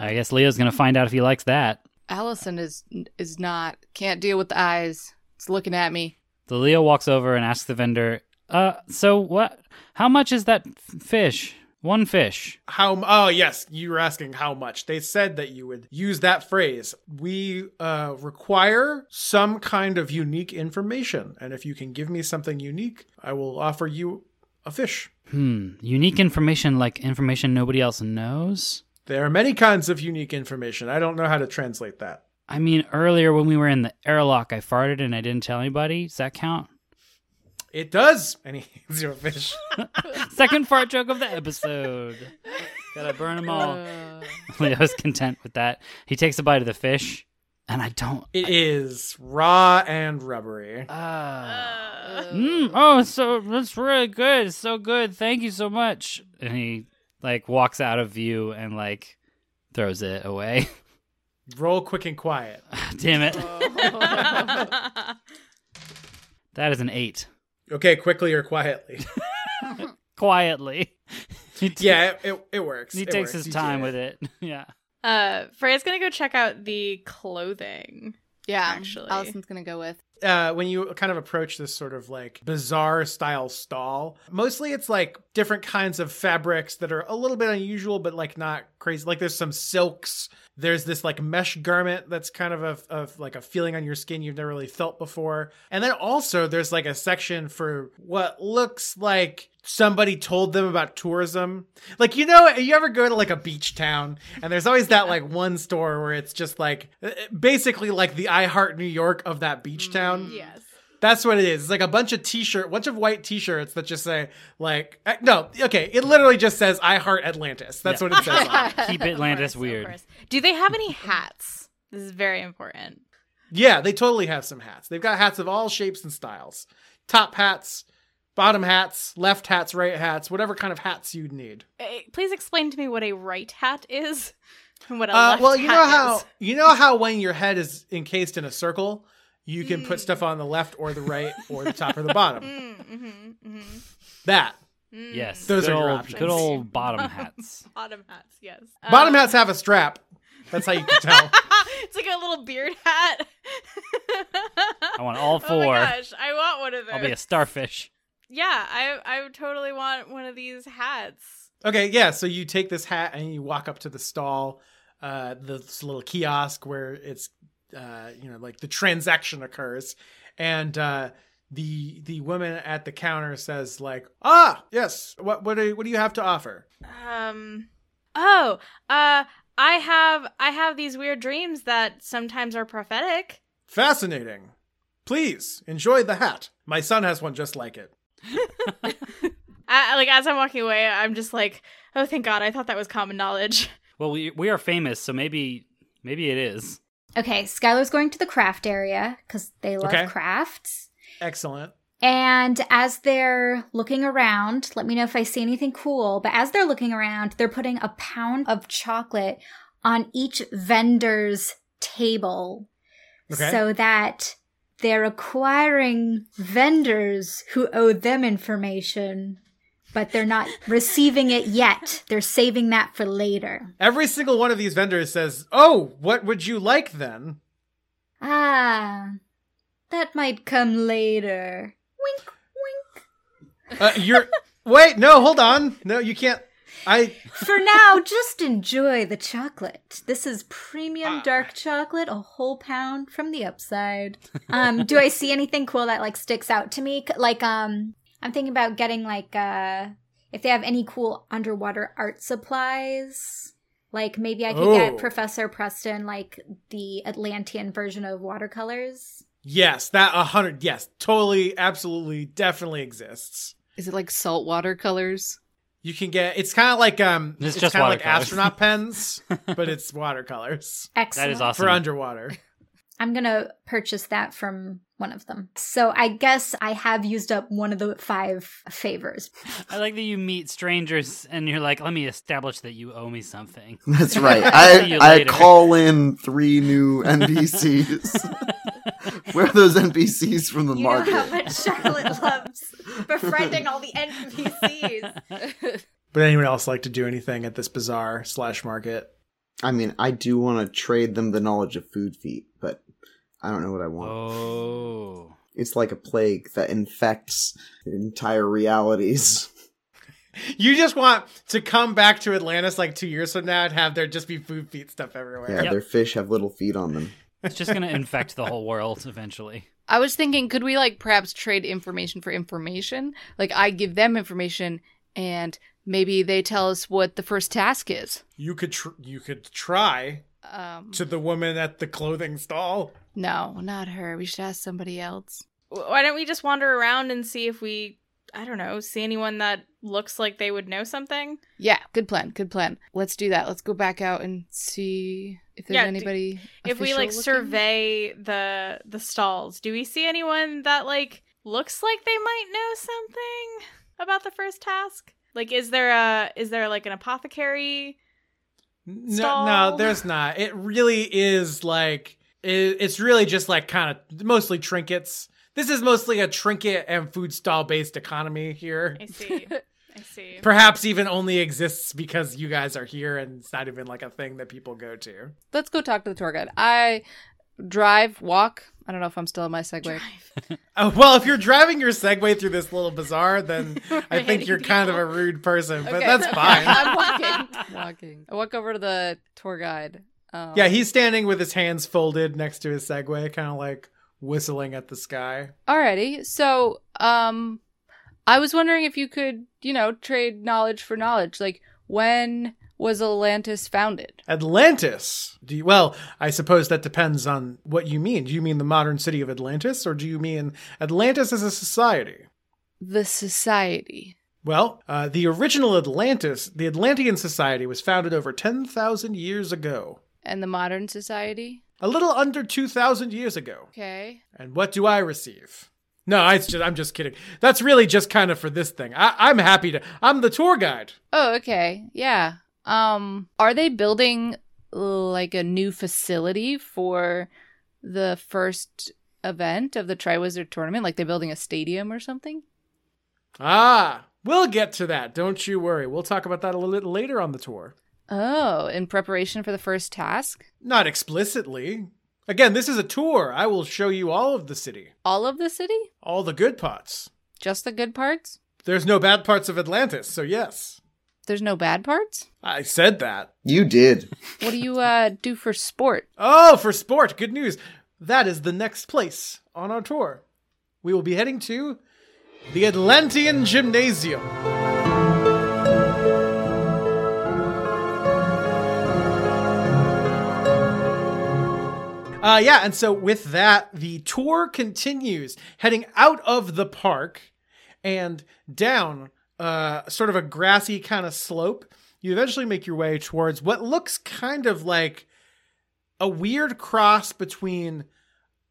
I guess Leo's gonna find out if he likes that.
Allison is is not can't deal with the eyes. It's looking at me.
So Leo walks over and asks the vendor, "Uh, so what? How much is that f- fish? One fish?
How? m- Oh yes, you were asking how much. They said that you would use that phrase. We uh, require some kind of unique information, and if you can give me something unique, I will offer you a fish.
Hmm. Unique information, like information nobody else knows.
There are many kinds of unique information. I don't know how to translate that.
I mean, earlier when we were in the airlock, I farted and I didn't tell anybody. Does that count?
It does, and he hands you a fish.
Second fart joke of the episode. Gotta burn them all.
Uh,
Leo's content with that. He takes a bite of the fish, and I don't.
It is raw and rubbery.
Ah.
Uh,
Mm, oh, so that's really good. It's so good. Thank you so much. And he like walks out of view and like throws it away.
Roll quick and quiet.
Damn it. That is an eight.
Okay, quickly or quietly.
Quietly. He t-
Yeah, it, it, it works.
He
It
takes
works.
his
You
time
did
with it. Yeah.
uh, Freya's gonna go check out the clothing.
yeah,
Actually.
Allison's gonna go with.
uh, when you kind of approach this sort of like bizarre style stall, mostly it's like different kinds of fabrics that are a little bit unusual, but like not crazy. Like there's some silks. There's this like mesh garment that's kind of a of like a feeling on your skin you've never really felt before. And then also there's like a section for what looks like somebody told them about tourism. Like you know, you ever go to like a beach town and there's always that like one store where it's just like eh, basically like the I Heart New York of that beach town.
Yes.
That's what it is. It's like a bunch of t-shirt, bunch of white t-shirts that just say like eh, no, okay, it literally just says I Heart Atlantis. That's what it says. on it.
Keep
Of
Atlantis
course, of
weird.
course. Do they have any hats? This is very important.
Yeah, they totally have some hats. They've got hats of all shapes and styles. Top hats, bottom hats, left hats, right hats, whatever kind of hats you'd need.
Eh, Please explain to me what a right hat is and what a
Uh,
left
well, you
hat
know how
is.
you know how when your head is encased in a circle, you can
Hmm.
put stuff on the left or the right or the top or the bottom.
Mm, mhm, mhm,
That
mm.
Yes.
Those
good
are your
old,
options.
Good old bottom hats.
Bottom hats, yes.
bottom
Uh,
hats have a strap. That's how you can tell.
it's like a little beard hat.
I want all
Oh
four.
my gosh, I want one of those.
I'll be a starfish.
yeah, I I would totally want one of these hats.
Okay, yeah. So you take this hat and you walk up to the stall, uh, this little kiosk where it's, uh, you know, like the transaction occurs, and uh, the the woman at the counter says like, ah, yes. What what do you, what do you have to offer?
Um Oh, uh I have I have these weird dreams that sometimes are prophetic.
Fascinating. Please enjoy the hat. My son has one just like it.
I, I- like as I'm walking away, I'm just like, "Oh, thank God! I thought that was common knowledge."
Well, we we are famous, so maybe maybe it is.
Okay, Skylar's going to the craft area because they love
Okay.
crafts.
Excellent.
And as they're looking around, let me know if I see anything cool. But as they're looking around, they're putting a pound of chocolate on each vendor's table
Okay.
so that they're acquiring vendors who owe them information, but they're not receiving it yet. They're saving that for later.
Every single one of these vendors says, "Oh, what would you like then?"
Ah, that might come later. Wink, wink.
Uh, you're wait, no, hold on, no, you can't. I
For now, just enjoy the chocolate. This is
Ah.
premium dark chocolate, a whole pound from the upside. Um, do I see anything cool that like sticks out to me? C- Like, um, I'm thinking about getting like uh, if they have any cool underwater art supplies. Like maybe I could
Oh.
get Professor Preston like the Atlantean version of watercolors.
Yes, that a hundred. Yes, totally, absolutely, definitely exists.
Is it like salt watercolors?
You can get. It's kind of like um.
It's
It's,
just
kind of like
watercolors.
astronaut pens, but it's watercolors
Excellent.
That is awesome.
for underwater.
I'm going to purchase that from one of them. So I guess I have used up one of the five favors.
I like that you meet strangers and you're like, let me establish that you owe me something.
That's right.
See
I
you
I
later.
call in three new NPCs. Where are those NPCs from the
You
market?
know how much Charlotte loves befriending all the NPCs.
Would anyone else like to do anything at this bazaar slash market?
I mean, I do want to trade them the knowledge of food feet, but I don't know what I want.
Oh.
It's like a plague that infects entire realities.
You just want to come back to Atlantis like two years from now and have there just be food feet stuff everywhere.
Yeah, their fish have little feet on them.
It's just going to infect the whole world eventually.
I was thinking, could we like perhaps trade information for information? Like I give them information and maybe they tell us what the first task is.
You could tr- you could try
Um,
to the woman at the clothing stall.
no, not her. We should ask somebody else.
W- Why don't we just wander around and see if we, I don't know, see anyone that looks like they would know something?
Yeah, good plan. Good plan. Let's do that. Let's go back out and see if there's
Yeah, do-
anybody.
If we
official
like
looking.
survey the the stalls, do we see anyone that like looks like they might know something about the first task? Like is there a is there like an apothecary?
No, no,
Stall.
there's not. It really is like it, it's really just like kind of mostly trinkets. This is mostly a trinket and food stall based economy here.
I see. I see.
Perhaps even only exists because you guys are here and it's not even like a thing that people go to.
Let's go talk to the tour guide. I drive, walk. I don't know if I'm still in my segue.
Uh, well, if you're driving your Segway through this little bazaar, then I think you're kind of a rude person, but
Okay,
that's
okay.
fine.
I'm walking. walking. I walk over to the tour guide. Um,
yeah, he's standing with his hands folded next to his Segway, kind of like whistling at the sky.
Alrighty. So, um, I was wondering if you could, you know, trade knowledge for knowledge. Like, when was Atlantis founded?
Atlantis. Do you, well, I suppose that depends on what you mean. Do you mean the modern city of Atlantis, or do you mean Atlantis as a society?
The society.
Well, uh, the original Atlantis, the Atlantean society, was founded over 10,000 years ago.
And the modern society?
A little under 2,000 years ago.
Okay.
And what do I receive? No, I, it's just, I'm just kidding. That's really just kind of for this thing. I, I'm happy to. I'm the tour guide.
Oh, okay. Yeah. Um, are they building like a new facility for the first event of the Triwizard tournament? Like, they're building a stadium or something?
Ah, we'll get to that. Don't you worry. We'll talk about that a little bit later on the tour.
Oh, in preparation for the first task?
Not explicitly. Again, this is a tour. I will show you all of the city,
All of the city?
all the good parts.
Just the good parts?
There's no bad parts of Atlantis, so yes.
There's no bad parts?
I said that.
You did.
What do you uh do for sport?
Oh, for sport, good news. That is the next place on our tour. We will be heading to the Atlantean Gymnasium. Uh, yeah, and so with that, the tour continues, heading out of the park and down uh, sort of a grassy kind of slope. You eventually make your way towards what looks kind of like a weird cross between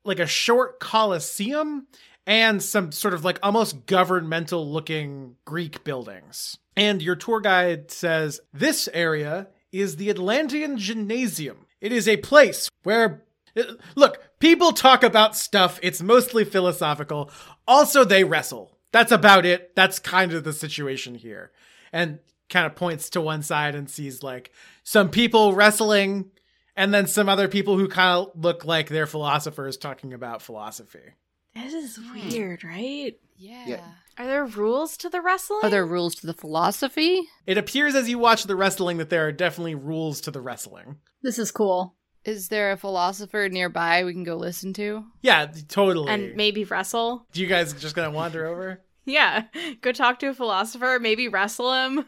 like a short coliseum and some sort of like almost governmental looking Greek buildings. And your tour guide says this area is the Atlantean Gymnasium. It is a place where uh, look, people talk about stuff, it's mostly philosophical. Also they wrestle. That's about it. That's kind of the situation here. And kind of points to one side and sees like some people wrestling and then some other people who kind of look like they're philosophers talking about philosophy.
This is
Hmm.
weird, right?
Yeah.
Are there rules to the wrestling?
Are there rules to the philosophy?
It appears as you watch the wrestling that there are definitely rules to the wrestling.
This is cool.
Is there a philosopher nearby we can go listen to?
Yeah, totally.
and maybe wrestle?
Do you guys just gonna wander over?
Yeah. Go talk to a philosopher, maybe wrestle him.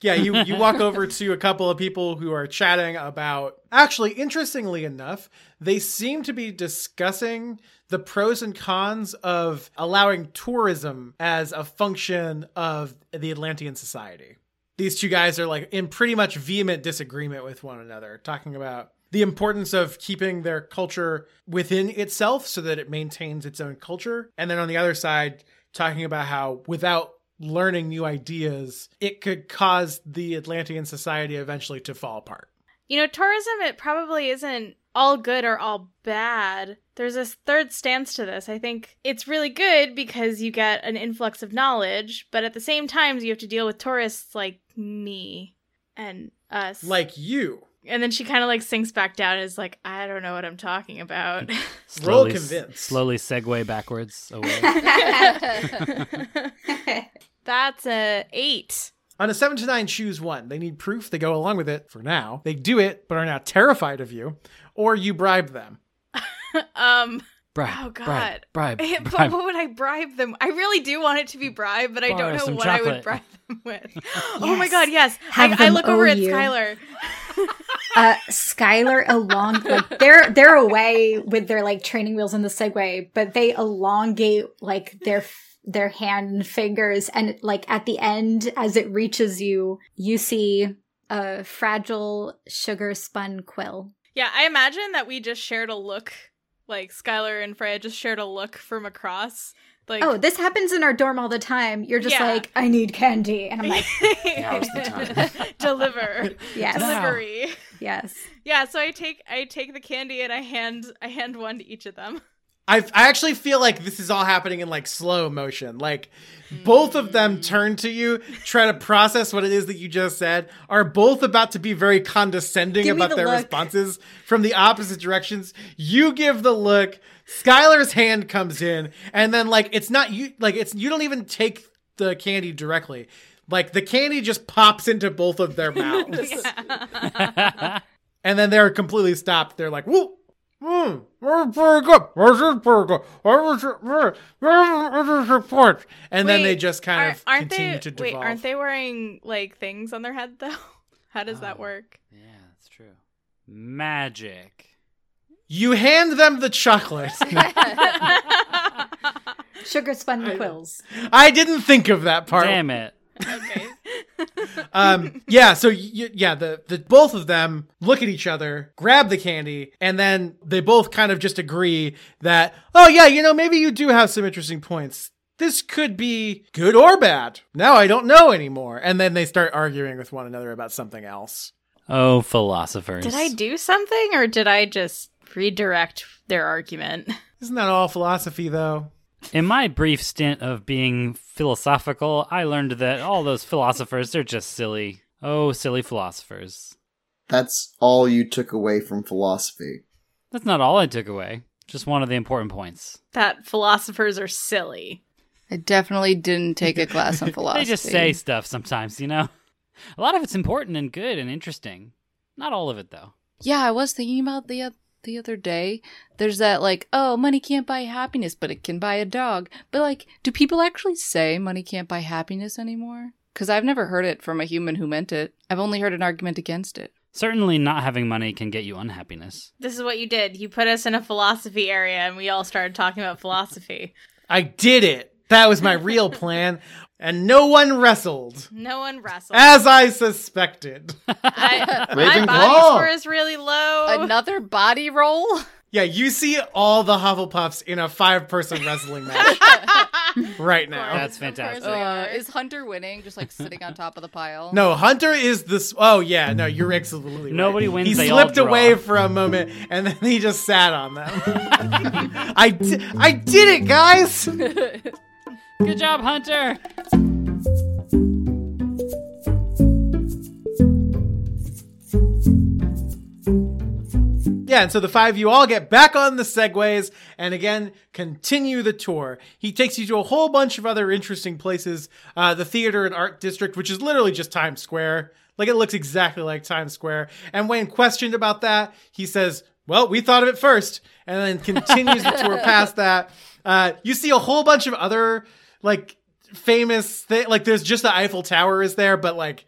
Yeah, you, you walk over to a couple of people who are chatting about. Actually, interestingly enough, they seem to be discussing the pros and cons of allowing tourism as a function of the Atlantean society. These two guys are like in pretty much vehement disagreement with one another, talking about the importance of keeping their culture within itself so that it maintains its own culture. And then on the other side, talking about how without learning new ideas, it could cause the Atlantean society eventually to fall apart.
You know, tourism, it probably isn't all good or all bad. There's this third stance to this. I think it's really good because you get an influx of knowledge, but at the same time, you have to deal with tourists like me and us.
Like you.
And then she kind of like sinks back down and is like, I don't know what I'm talking about.
Roll
s-
convince.
Slowly segue backwards away.
That's a eight.
On a seven to nine, choose one. They need proof. They go along with it for now. They do it, but are now terrified of you, or you bribe them.
Um.
Bribe,
oh God.
bribe, bribe,
But
bribe.
what would I bribe them? I really do want it to be bribe, but I
Borrow
don't know
some
what I would
chocolate.
bribe them with. Oh my God. Yes.
Have
I, I
them
look over
owe
at
you.
Skylar.
uh Skylar along like they're they're away with their like training wheels in the Segway, but they elongate like their their hand and fingers and like at the end as it reaches you, you see a fragile sugar spun quill.
Yeah, I imagine that we just shared a look, like Skylar and Freya just shared a look from across. Like,
oh, this happens in our dorm all the time. You're just
Yeah.
like, I need candy. And I'm like,
Now's the time. deliver.
Yes. Now.
Delivery.
yes.
Yeah, so I take I take the candy and I hand I hand one to each of them.
I I actually feel like this is all happening in like slow motion. Like both of
Hmm.
them turn to you, try to process what it is that you just said, are both about to be very condescending
Give me
about
the
their
look.
responses from the opposite directions. You give the look, Skylar's hand comes in, and then like it's not you like it's you don't even take the candy directly. Like the candy just pops into both of their mouths. and then they're completely stopped. They're like, whoa. Hmm, this is pretty good. This is pretty good. This is- this is- this is important." And then
Wait,
they just kind
are-
of
aren't
continue
they,
to devolve.
Wait, aren't they wearing like things on their head though? How does that work?
That's true. Magic.
You hand them the chocolate.
Sugar spun quills.
I didn't think of that part.
Damn it.
um, yeah, so y- yeah, the, the both of them look at each other, grab the candy, and then they both kind of just agree that, oh yeah, you know, maybe you do have some interesting points. This could be good or bad. Now I don't know anymore. And then they start arguing with one another about something else.
Oh, philosophers.
Did I do something or did I just redirect their argument?
Isn't that all philosophy, though?
In my brief stint of being philosophical, I learned that all those philosophers, they're just silly. Oh, silly philosophers.
That's all you took away from philosophy.
That's not all I took away. Just one of the important points.
That philosophers are silly.
I definitely didn't take a class on philosophy.
They just say stuff sometimes, you know? A lot of it's important and good and interesting. Not all of it, though.
Yeah, I was thinking about the oth- the other day. There's that like, oh, money can't buy happiness, but it can buy a dog. But like, do people actually say money can't buy happiness anymore? Because I've never heard it from a human who meant it. I've only heard an argument against it.
Certainly, not having money can get you unhappiness.
This is what you did. You put us in a philosophy area and we all started talking about philosophy.
I did it. That was my real plan. And no one wrestled,
No one wrestled.
as I suspected.
My body score is really low.
Oh.
Another body roll.
Yeah, you see all the Hufflepuffs in a five person wrestling match right now.
That's fantastic.
Uh, is Hunter winning? Just like sitting on top of the pile.
No, Hunter is this. Oh, yeah, no, you're absolutely right.
Nobody wins,
He
they all
slipped
draw.
away for a moment and then he just sat on them. I, di- I did it, guys!
Good job, Hunter!
Yeah, and so the five of you all get back on the segways and again continue the tour. He takes you to a whole bunch of other interesting places, uh, the theater and art district, which is literally just Times Square. Like it looks exactly like Times Square. And when questioned about that, he says, "Well, we thought of it first, and then continues the tour past that. Uh, you see a whole bunch of other like famous thing. Like there's just the Eiffel Tower is there, but like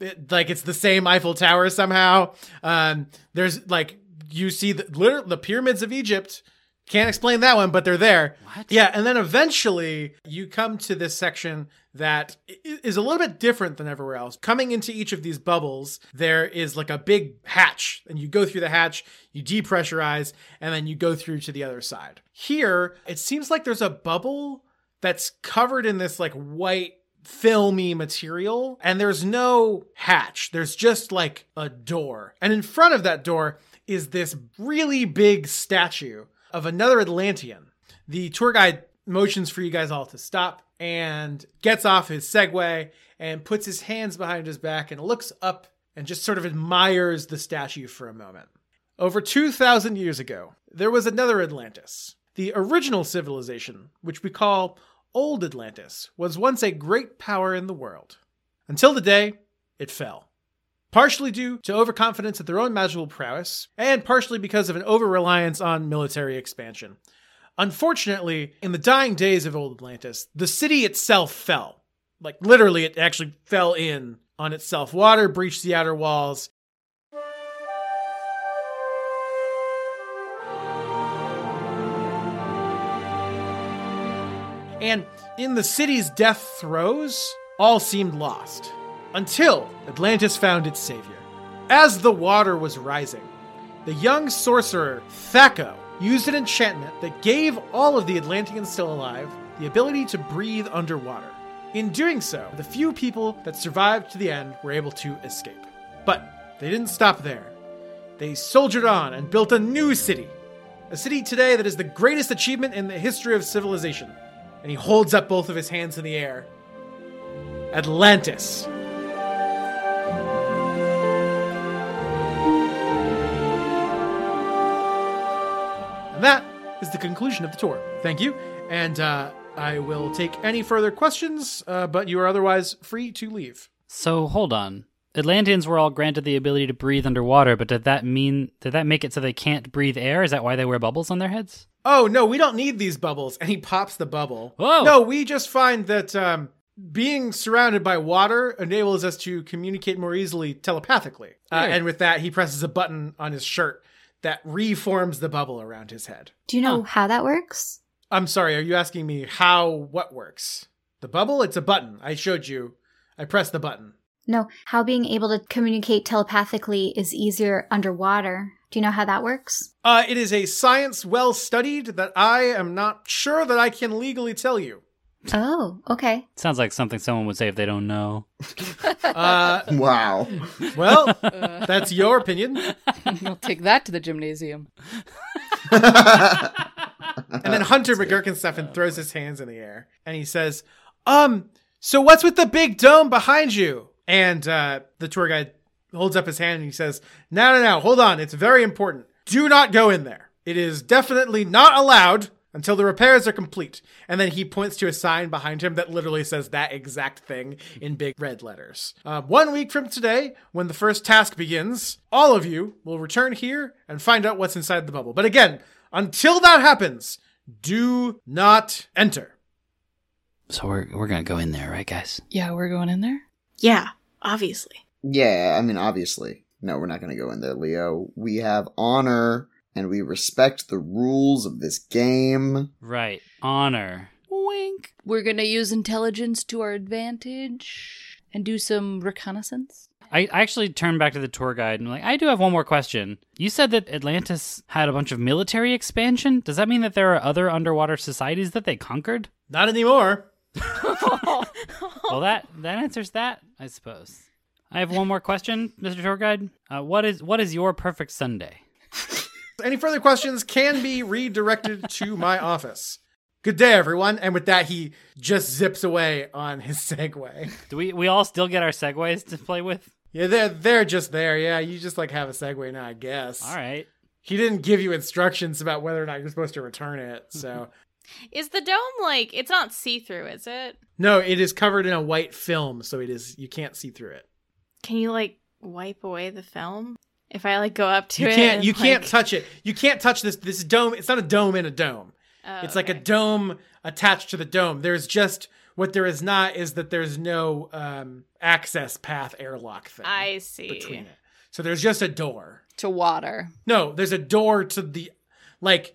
it, like it's the same Eiffel Tower somehow. Um, there's like you see the liter- the pyramids of Egypt. Can't explain that one, but they're there.
What?
Yeah, and then eventually you come to this section that i- is a little bit different than everywhere else. Coming into each of these bubbles, there is like a big hatch, and you go through the hatch, you depressurize, and then you go through to the other side. Here, it seems like there's a bubble that's covered in this like white filmy material and there's no hatch there's just like a door and in front of that door is this really big statue of another Atlantean. The tour guide motions for you guys all to stop and gets off his Segway and puts his hands behind his back and looks up and just sort of admires the statue for a moment. Over 2,000 years ago, there was another Atlantis. The original civilization, which we call Old Atlantis, was once a great power in the world. Until the day it fell. Partially due to overconfidence at their own magical prowess, and partially because of an over reliance on military expansion. Unfortunately, in the dying days of Old Atlantis, the city itself fell. Like, literally, it actually fell in on itself. Water breached the outer walls, And in the city's death throes, all seemed lost. Until Atlantis found its savior. As the water was rising, the young sorcerer Thaco used an enchantment that gave all of the Atlanteans still alive the ability to breathe underwater. In doing so, the few people that survived to the end were able to escape. But they didn't stop there. They soldiered on and built a new city. A city today that is the greatest achievement in the history of civilization and he holds up both of his hands in the air. Atlantis. And that is the conclusion of the tour. Thank you. And uh, I will take any further questions, uh, but you are otherwise free to leave.
So hold on. Atlanteans were all granted the ability to breathe underwater, but did that mean did that make it so they can't breathe air? Is that why they wear bubbles on their heads?
Oh, no, we don't need these bubbles. And he pops the bubble.
Whoa.
No, we just find that um, being surrounded by water enables us to communicate more easily telepathically. Uh,
Hey.
and with that, he presses a button on his shirt that reforms the bubble around his head.
Do you know how that works?
I'm sorry, are you asking me how what works? The bubble? It's a button. I showed you. I pressed the button.
No, how being able to communicate telepathically is easier underwater. Do you know how that works?
Uh, it is a science well studied that I am not sure that I can legally tell you.
Oh, okay.
Sounds like something someone would say if they don't know.
Uh,
Wow.
well, that's your opinion.
You'll take that to the gymnasium.
And then Hunter McGurkensteffen throws his hands in the air and he says, Um, so what's with the big dome behind you? And uh, the tour guide holds up his hand and he says, No, no, no, hold on. It's very important. Do not go in there. It is definitely not allowed until the repairs are complete. And then he points to a sign behind him that literally says that exact thing in big red letters. Uh, one week from today, when the first task begins, all of you will return here and find out what's inside the bubble. But again, until that happens, do not enter.
So we're we're gonna go in there, right, guys?
Yeah, we're going in there.
Yeah, obviously.
Yeah, I mean, obviously. No, we're not going to go in there, Leo. We have honor and we respect the rules of this game.
Right. Honor. Wink.
We're gonna use intelligence to our advantage and do some reconnaissance.
I I actually turned back to the tour guide and I'm like, I do have one more question. You said that Atlantis had a bunch of military expansion. Does that mean that there are other underwater societies that they conquered?
Not anymore.
Well, that that answers that, I suppose. I have one more question, Mr. Tour Guide. Uh, what is what is your perfect Sunday?
Any further questions can be redirected to my office. Good day, everyone. And with that, he just zips away on his Segway.
Do we we all still get our segues to play with?
Yeah, they're they're just there. Yeah, you just like have a Segway now, I guess.
All right.
He didn't give you instructions about whether or not you're supposed to return it. So
Is the dome like it's not see through, is it?
no, it is covered in a white film, so it is you can't see through it.
Can you like wipe away the film? If I like go up to
you
it,
can't
and,
you can't
like-
touch it. You can't touch this this dome. It's not a dome in a dome.
Oh,
it's like a
okay.
dome attached to the dome. There's just what there is not is that there's no um, access path airlock thing
I see.
between it. So there's just a door.
To water.
No, there's a door to the like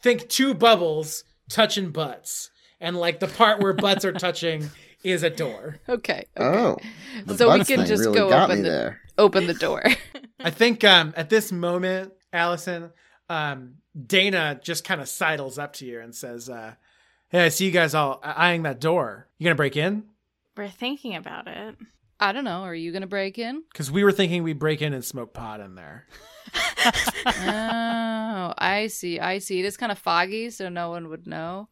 think two bubbles touching butts. And like the part where butts are touching is a door.
Okay. okay.
Oh. the
So we
butt
can
thing
just
really
go
got
open
me
the-
there.
Open the door.
I think um at this moment, Allison, um Dana just kind of sidles up to you and says, uh, e-, "Hey, I see you guys all eyeing that door. You gonna break in?"
We're thinking about it.
I don't know. Are you going to break in?
Because we were thinking we break in and smoke pot in there.
oh, I see. I see. It is kind of foggy, so no one would know.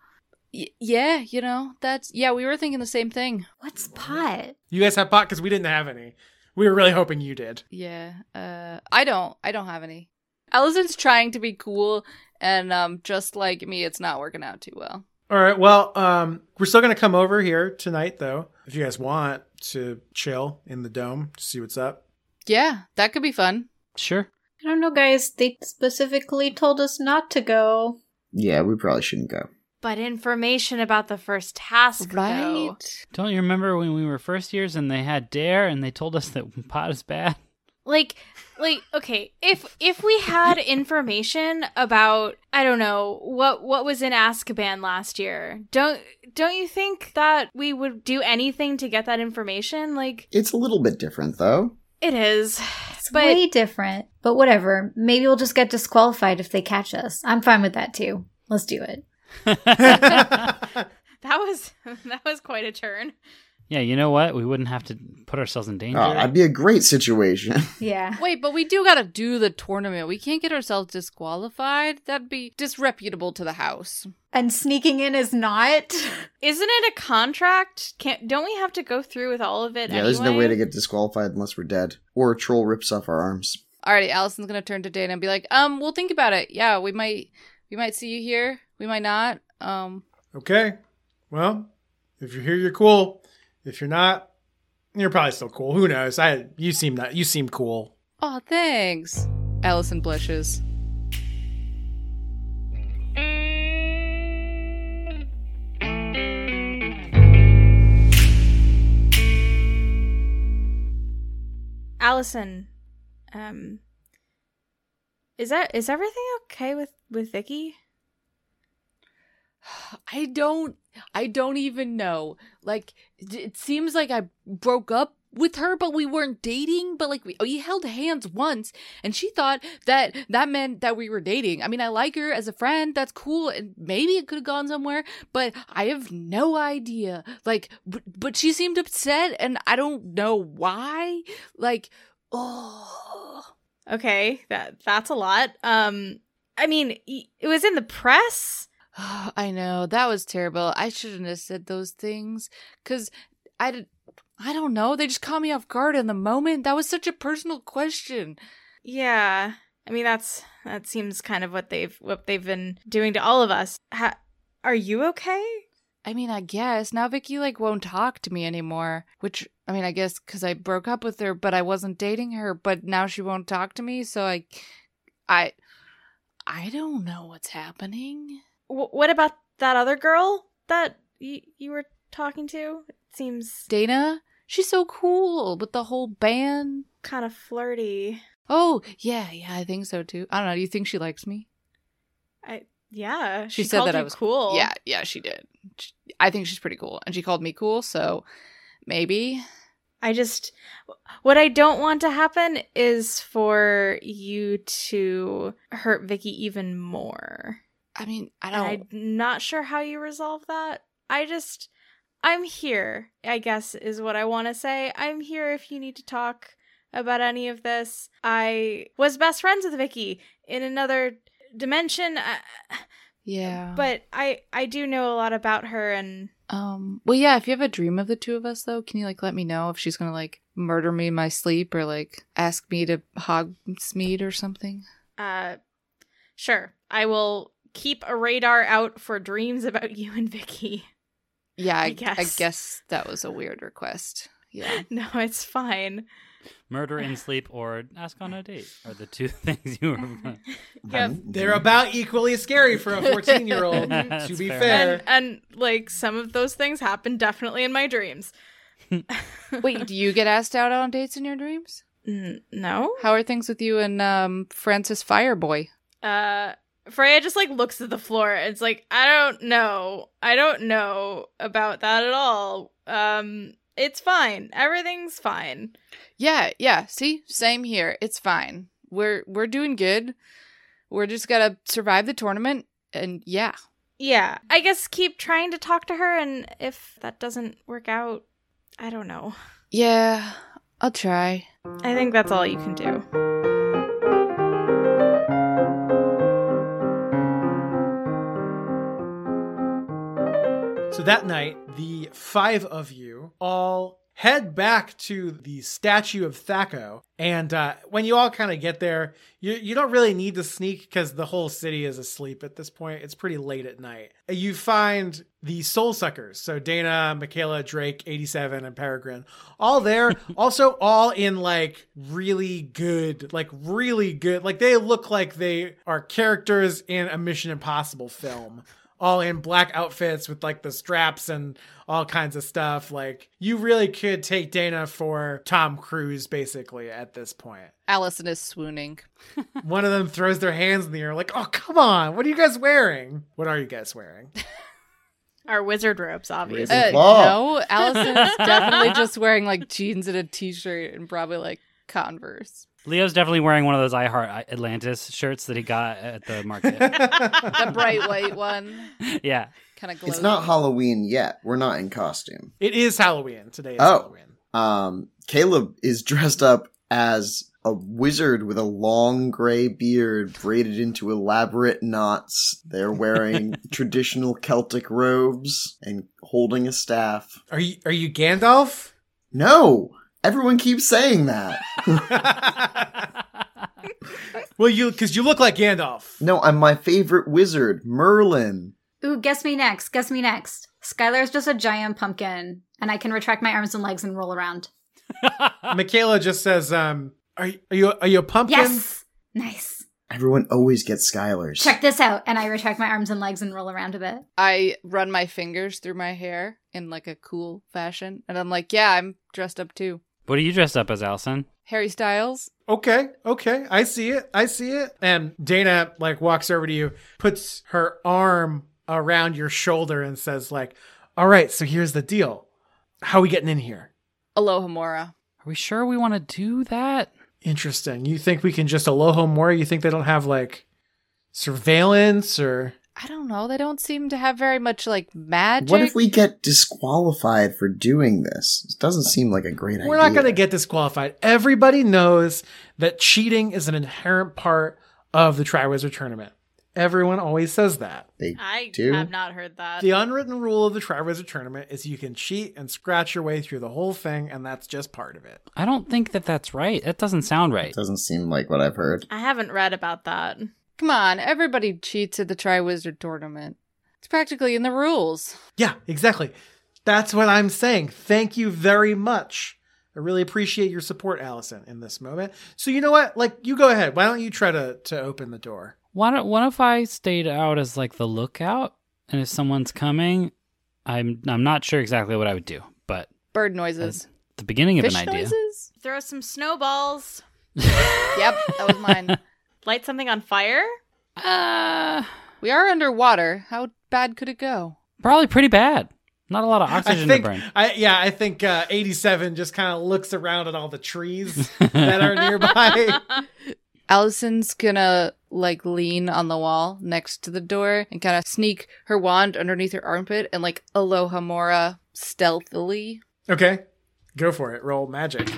Y- yeah, you know, that's. Yeah, we were thinking the same thing.
What's pot?
You guys have pot because we didn't have any. We were really hoping you did.
Yeah. Uh, I don't. I don't have any. Allison's trying to be cool, and um, just like me, it's not working out too well.
All right. Well, um, we're still going to come over here tonight, though, if you guys want to chill in the dome to see what's up.
Yeah, that could be fun.
Sure.
I don't know, guys. They specifically told us not to go.
Yeah, we probably shouldn't go.
But information about the first task, though.
Don't you remember when we were first years and they had dare and they told us that pot is bad?
like like okay if if we had information about i don't know what what was in azkaban last year don't don't you think that we would do anything to get that information like
It's a little bit different, though.
it is
It's
but
way different. But whatever. Maybe we'll just get disqualified if they catch us. I'm fine with that too. Let's do it.
that was that was quite a turn
Yeah, you know what? We wouldn't have to put ourselves in danger.
Oh, that'd be a great situation.
Yeah.
Wait, but we do got to do the tournament. We can't get ourselves disqualified. That'd be disreputable to the house.
And sneaking in is not.
isn't it a contract can't don't we have to go through with all of it
yeah, there's no
anyway?
way to get disqualified unless we're dead or a troll rips off our arms.
Alrighty, Allison's gonna turn to Dana and be like, "Um, we'll think about it. Yeah, we might, we might see you here. We might not. Um,
Okay. Well, if you're here, you're cool. If you're not, you're probably still cool. Who knows? I you seem not you seem cool.
oh, thanks." Allison blushes.
allison um is that is everything okay with with vicky
I don't, I don't even know. Like, it- it seems like I broke up with her, but we weren't dating. But like, we we held hands once, and she thought that that meant that we were dating. I mean, I like her as a friend. That's cool, and maybe it could have gone somewhere, but I have no idea. Like, but, but she seemed upset, and I don't know why. Like, oh.
Okay, that that's a lot. Um I mean, y- it was in the press.
I know that was terrible. I shouldn't have said those things because I did. I don't know. They just caught me off guard in the moment. That was such a personal question.
Yeah. I mean, that's that seems kind of what they've what they've been doing to all of us. Ha- are you okay?
I mean, I guess now Vicky like won't talk to me anymore. Which I mean, I guess because I broke up with her, but I wasn't dating her. But now she won't talk to me. So I, I, I don't know what's happening.
W- what about that other girl that y- you were talking to? It seems
Dana, she's so cool with the whole band.
kind of flirty.
Oh yeah, yeah, I think so too. I don't know. Do you think she likes me?
I yeah.
she, said
called
that I
you
was
cool.
Yeah, yeah, she did. She- I think she's pretty cool, and she called me cool, so maybe.
I just what I don't want to happen is for you to hurt Vicky even more.
I mean, I
And
don't.
I'm not sure how you resolve that. I just, I'm here, I guess, is what I want to say. I'm here if you need to talk about any of this. I was best friends with Vicky in another dimension, uh,
yeah,
but I, I do know a lot about her, and
um, well, yeah. If you have a dream of the two of us, though, can you like let me know if she's gonna like murder me in my sleep or like ask me to Hogsmeade or something?
uh, sure, I will keep a radar out for dreams about you and Vicky.
Yeah, I, I, guess.
guess.
that was a weird request. Yeah,
No, it's fine.
Murder in sleep or ask on a date are the two things you were.
Yep.
They're about equally scary for a 14 year old. to
That's
be
fair.
fair,
And, and like some of those things happen definitely in my dreams.
wait, do you get asked out on dates in your dreams?
N- no.
How are things with you and um Francis Fireboy?
Uh Freya just like looks at the floor. It's like, I don't know. I don't know about that at all. Um it's fine. Everything's fine.
Yeah, yeah. See, same here. It's fine. We're we're doing good. We're just gotta survive the tournament, and yeah,
Yeah. I guess keep trying to talk to her and if that doesn't work out, I don't know.
Yeah, I'll try.
I think that's all you can do.
So that night, the five of you all head back to the statue of Thaco. And uh, when you all kind of get there, you, you don't really need to sneak because the whole city is asleep at this point. It's pretty late at night. You find the soul suckers. So Dana, Michaela, Drake, 87, and Peregrine, all there. also, all in like really good, like really good. Like they look like they are characters in a Mission Impossible film all in black outfits with like the straps and all kinds of stuff. Like you really could take Dana for Tom Cruise basically at this point.
Allison is swooning.
One of them throws their hands in the air like, "Oh, come on. What are you guys wearing? What are you guys wearing?"
Our wizard robes, obviously.
Uh, no, Allison is definitely just wearing like jeans and a t-shirt and probably like Converse.
Leo's definitely wearing one of those I Heart Atlantis shirts that he got at the market.
the bright white one.
yeah.
Kind of glows.
It's not Halloween yet. We're not in costume.
It is Halloween today. Is
oh, um, Caleb is dressed up as a wizard with a long gray beard braided into elaborate knots. They're wearing traditional Celtic robes and holding a staff.
Are you are you Gandalf?
No, everyone keeps saying that.
Well, you because you look like Gandalf.
No, I'm my favorite wizard, Merlin.
Ooh, guess me next. Guess me next. Skylar is just a giant pumpkin, and I can retract my arms and legs and roll around.
Michaela just says, um, "Are you are you, are you a pumpkin?"
Yes, nice.
Everyone always gets Skylers.
Check this out, and I retract my arms and legs and roll around a bit.
I run my fingers through my hair in like a cool fashion, and I'm like, yeah, I'm dressed up too.
What are you dressed up as, Allison?
Harry Styles.
Okay, okay, I see it, I see it. And Dana like walks over to you, puts her arm around your shoulder, and says like, "All right, so here's the deal. How we getting in here?
Aloha Mora.
Are we sure we want to do that?
Interesting. You think we can just aloha mora? You think they don't have like surveillance or
I don't know. They don't seem to have very much like magic.
What if we get disqualified for doing this? It doesn't seem like a great idea.
We're not going to get disqualified. Everybody knows that cheating is an inherent part of the Triwizard Tournament. Everyone always says that.
They
I
do.
have not heard that.
The unwritten rule of the Triwizard Tournament is you can cheat and scratch your way through the whole thing, and that's just part of it.
I don't think that that's right. That doesn't sound right.
Doesn't seem like what I've heard.
I haven't read about that.
Come on, everybody cheats at the Tri Wizard tournament. It's practically in the rules.
Yeah, exactly. That's what I'm saying. Thank you very much. I really appreciate your support, Allison, in this moment. So you know what? Like, you go ahead. Why don't you try to to open the door?
Why don't what if I stayed out as like the lookout? And if someone's coming, I'm I'm not sure exactly what I would do, but
Bird noises.
the beginning of
Fish
an idea.
noises?
Throw some snowballs.
yep, that was mine.
Light something on fire.
Uh
We are underwater. How bad could it go?
probably pretty bad. Not a lot of
I
oxygen
think,
to burn.
I, yeah, I think uh, 87 just kind of looks around at all the trees that are nearby.
Allison's gonna like lean on the wall next to the door and kind of sneak her wand underneath her armpit and like aloha mora stealthily.
okay, go for it. Roll magic.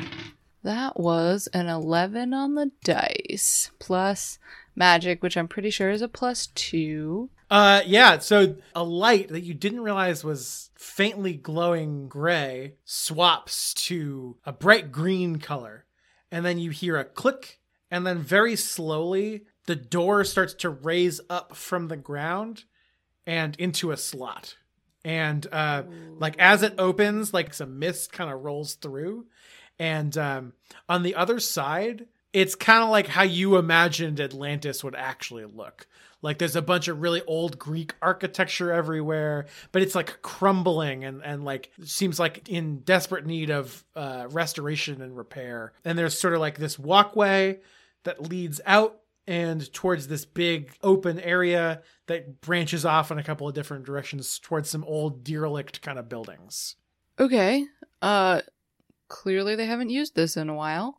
That was an 11 on the dice plus magic, which I'm pretty sure is a plus two.
Uh, yeah. So a light that you didn't realize was faintly glowing gray swaps to a bright green color, and then you hear a click, and then very slowly the door starts to raise up from the ground and into a slot. And uh, like as it opens, like some mist kind of rolls through, and um, on the other side, it's kind of like how you imagined Atlantis would actually look. Like there's a bunch of really old Greek architecture everywhere, but it's like crumbling and, and like seems like in desperate need of uh, restoration and repair. And there's sort of like this walkway that leads out and towards this big open area that branches off in a couple of different directions towards some old derelict kind of buildings.
Okay. Uh clearly they haven't used this in a while.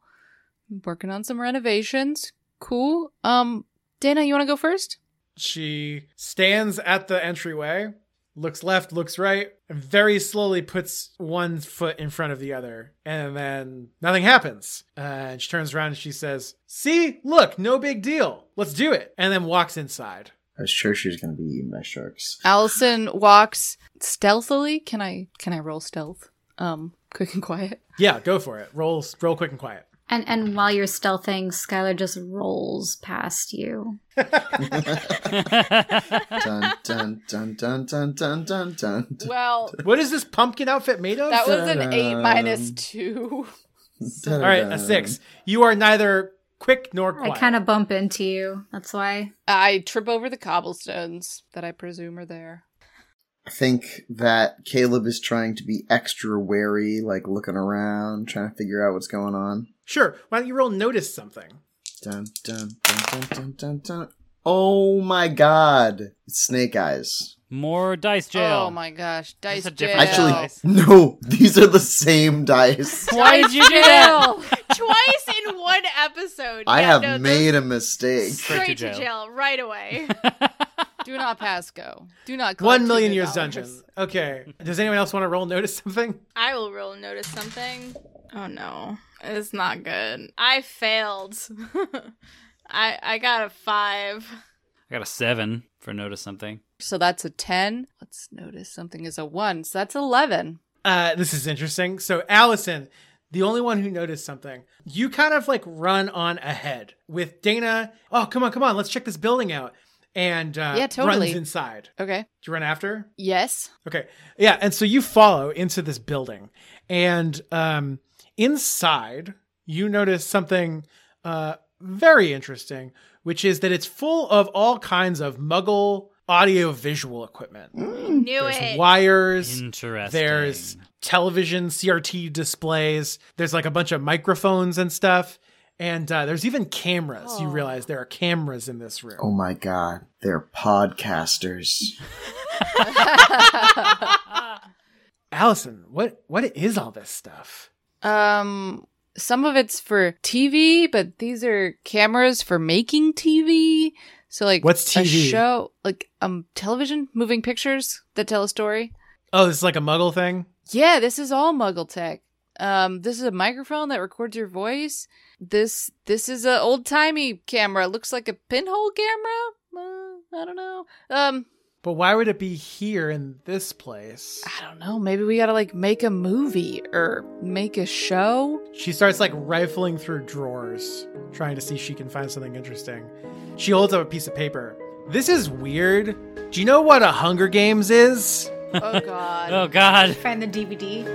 Working on some renovations. Cool. Um Dana, you want to go first?
She stands at the entryway, looks left, looks right, and very slowly puts one foot in front of the other. And then nothing happens. Uh, and she turns around and she says, See, look, no big deal. Let's do it. And then walks inside.
I was sure she was going to be eaten by sharks.
Allison walks stealthily. Can I can I roll stealth? Um, quick and quiet.
Yeah, go for it. Roll, roll quick and quiet.
And and while you're stealthing, Skylar just rolls past you.
Dun dun dun dun dun dun dun dun.
Well,
What is this pumpkin outfit made of?
that was an eight minus two.
Um, All right, a six. You are neither quick nor quiet.
I kind of bump into you. That's why.
I trip over the cobblestones that I presume are there.
I think that Caleb is trying to be extra wary, like looking around, trying to figure out what's going on.
Sure. Why don't you roll notice something?
Dun dun dun dun dun dun dun. Oh my god. It's snake eyes.
More dice jail.
Oh my gosh, dice
a
jail.
different
Actually,
Dice.
no, these are the same dice.
Why did you do that?
Twice in one episode.
I
Yeah,
have
no, those-
made a mistake.
Straight to
straight to
jail.
jail right away.
Do not pass go. Do not. collect
One million years
$200.
dungeon. Okay. Does anyone else want to roll notice something?
I will roll notice something. Oh no. It's not good. I failed. I I got a five.
I got a seven for notice something.
So that's a ten. Let's notice something is a one. So that's eleven.
Uh, this is interesting. So, Allison, the only one who noticed something, you kind of like run on ahead with Dana. Oh, come on, come on, let's check this building out. And uh,
Yeah, totally.
runs inside.
Okay.
Do you run after?
Yes.
Okay. Yeah. And so you follow into this building, and um, inside you notice something uh, very interesting, which is that it's full of all kinds of muggle audio visual equipment.
Knew
There's
it.
wires.
Interesting.
There's television, CRT displays. There's like a bunch of microphones and stuff. And uh, there's even cameras. You realize there are cameras in this room.
Oh my god, they're podcasters.
Allison, what what is all this stuff?
Um, some of it's for TV, but these are cameras for making TV. So like,
What's
A
TV?
show like um television, moving pictures that tell a story.
Oh, this is like a muggle thing.
Yeah, this is all Muggle tech. Um, this is a microphone that records your voice. This this is a old timey camera. It looks like a pinhole camera. Uh, I don't know. Um,
But why would it be here in this place?
I don't know. Maybe we gotta like make a movie or make a show.
She starts like rifling through drawers, trying to see if she can find something interesting. She holds up a piece of paper. This is weird. Do you know what a Hunger Games is?
Oh God.
Oh God.
Find the DVD.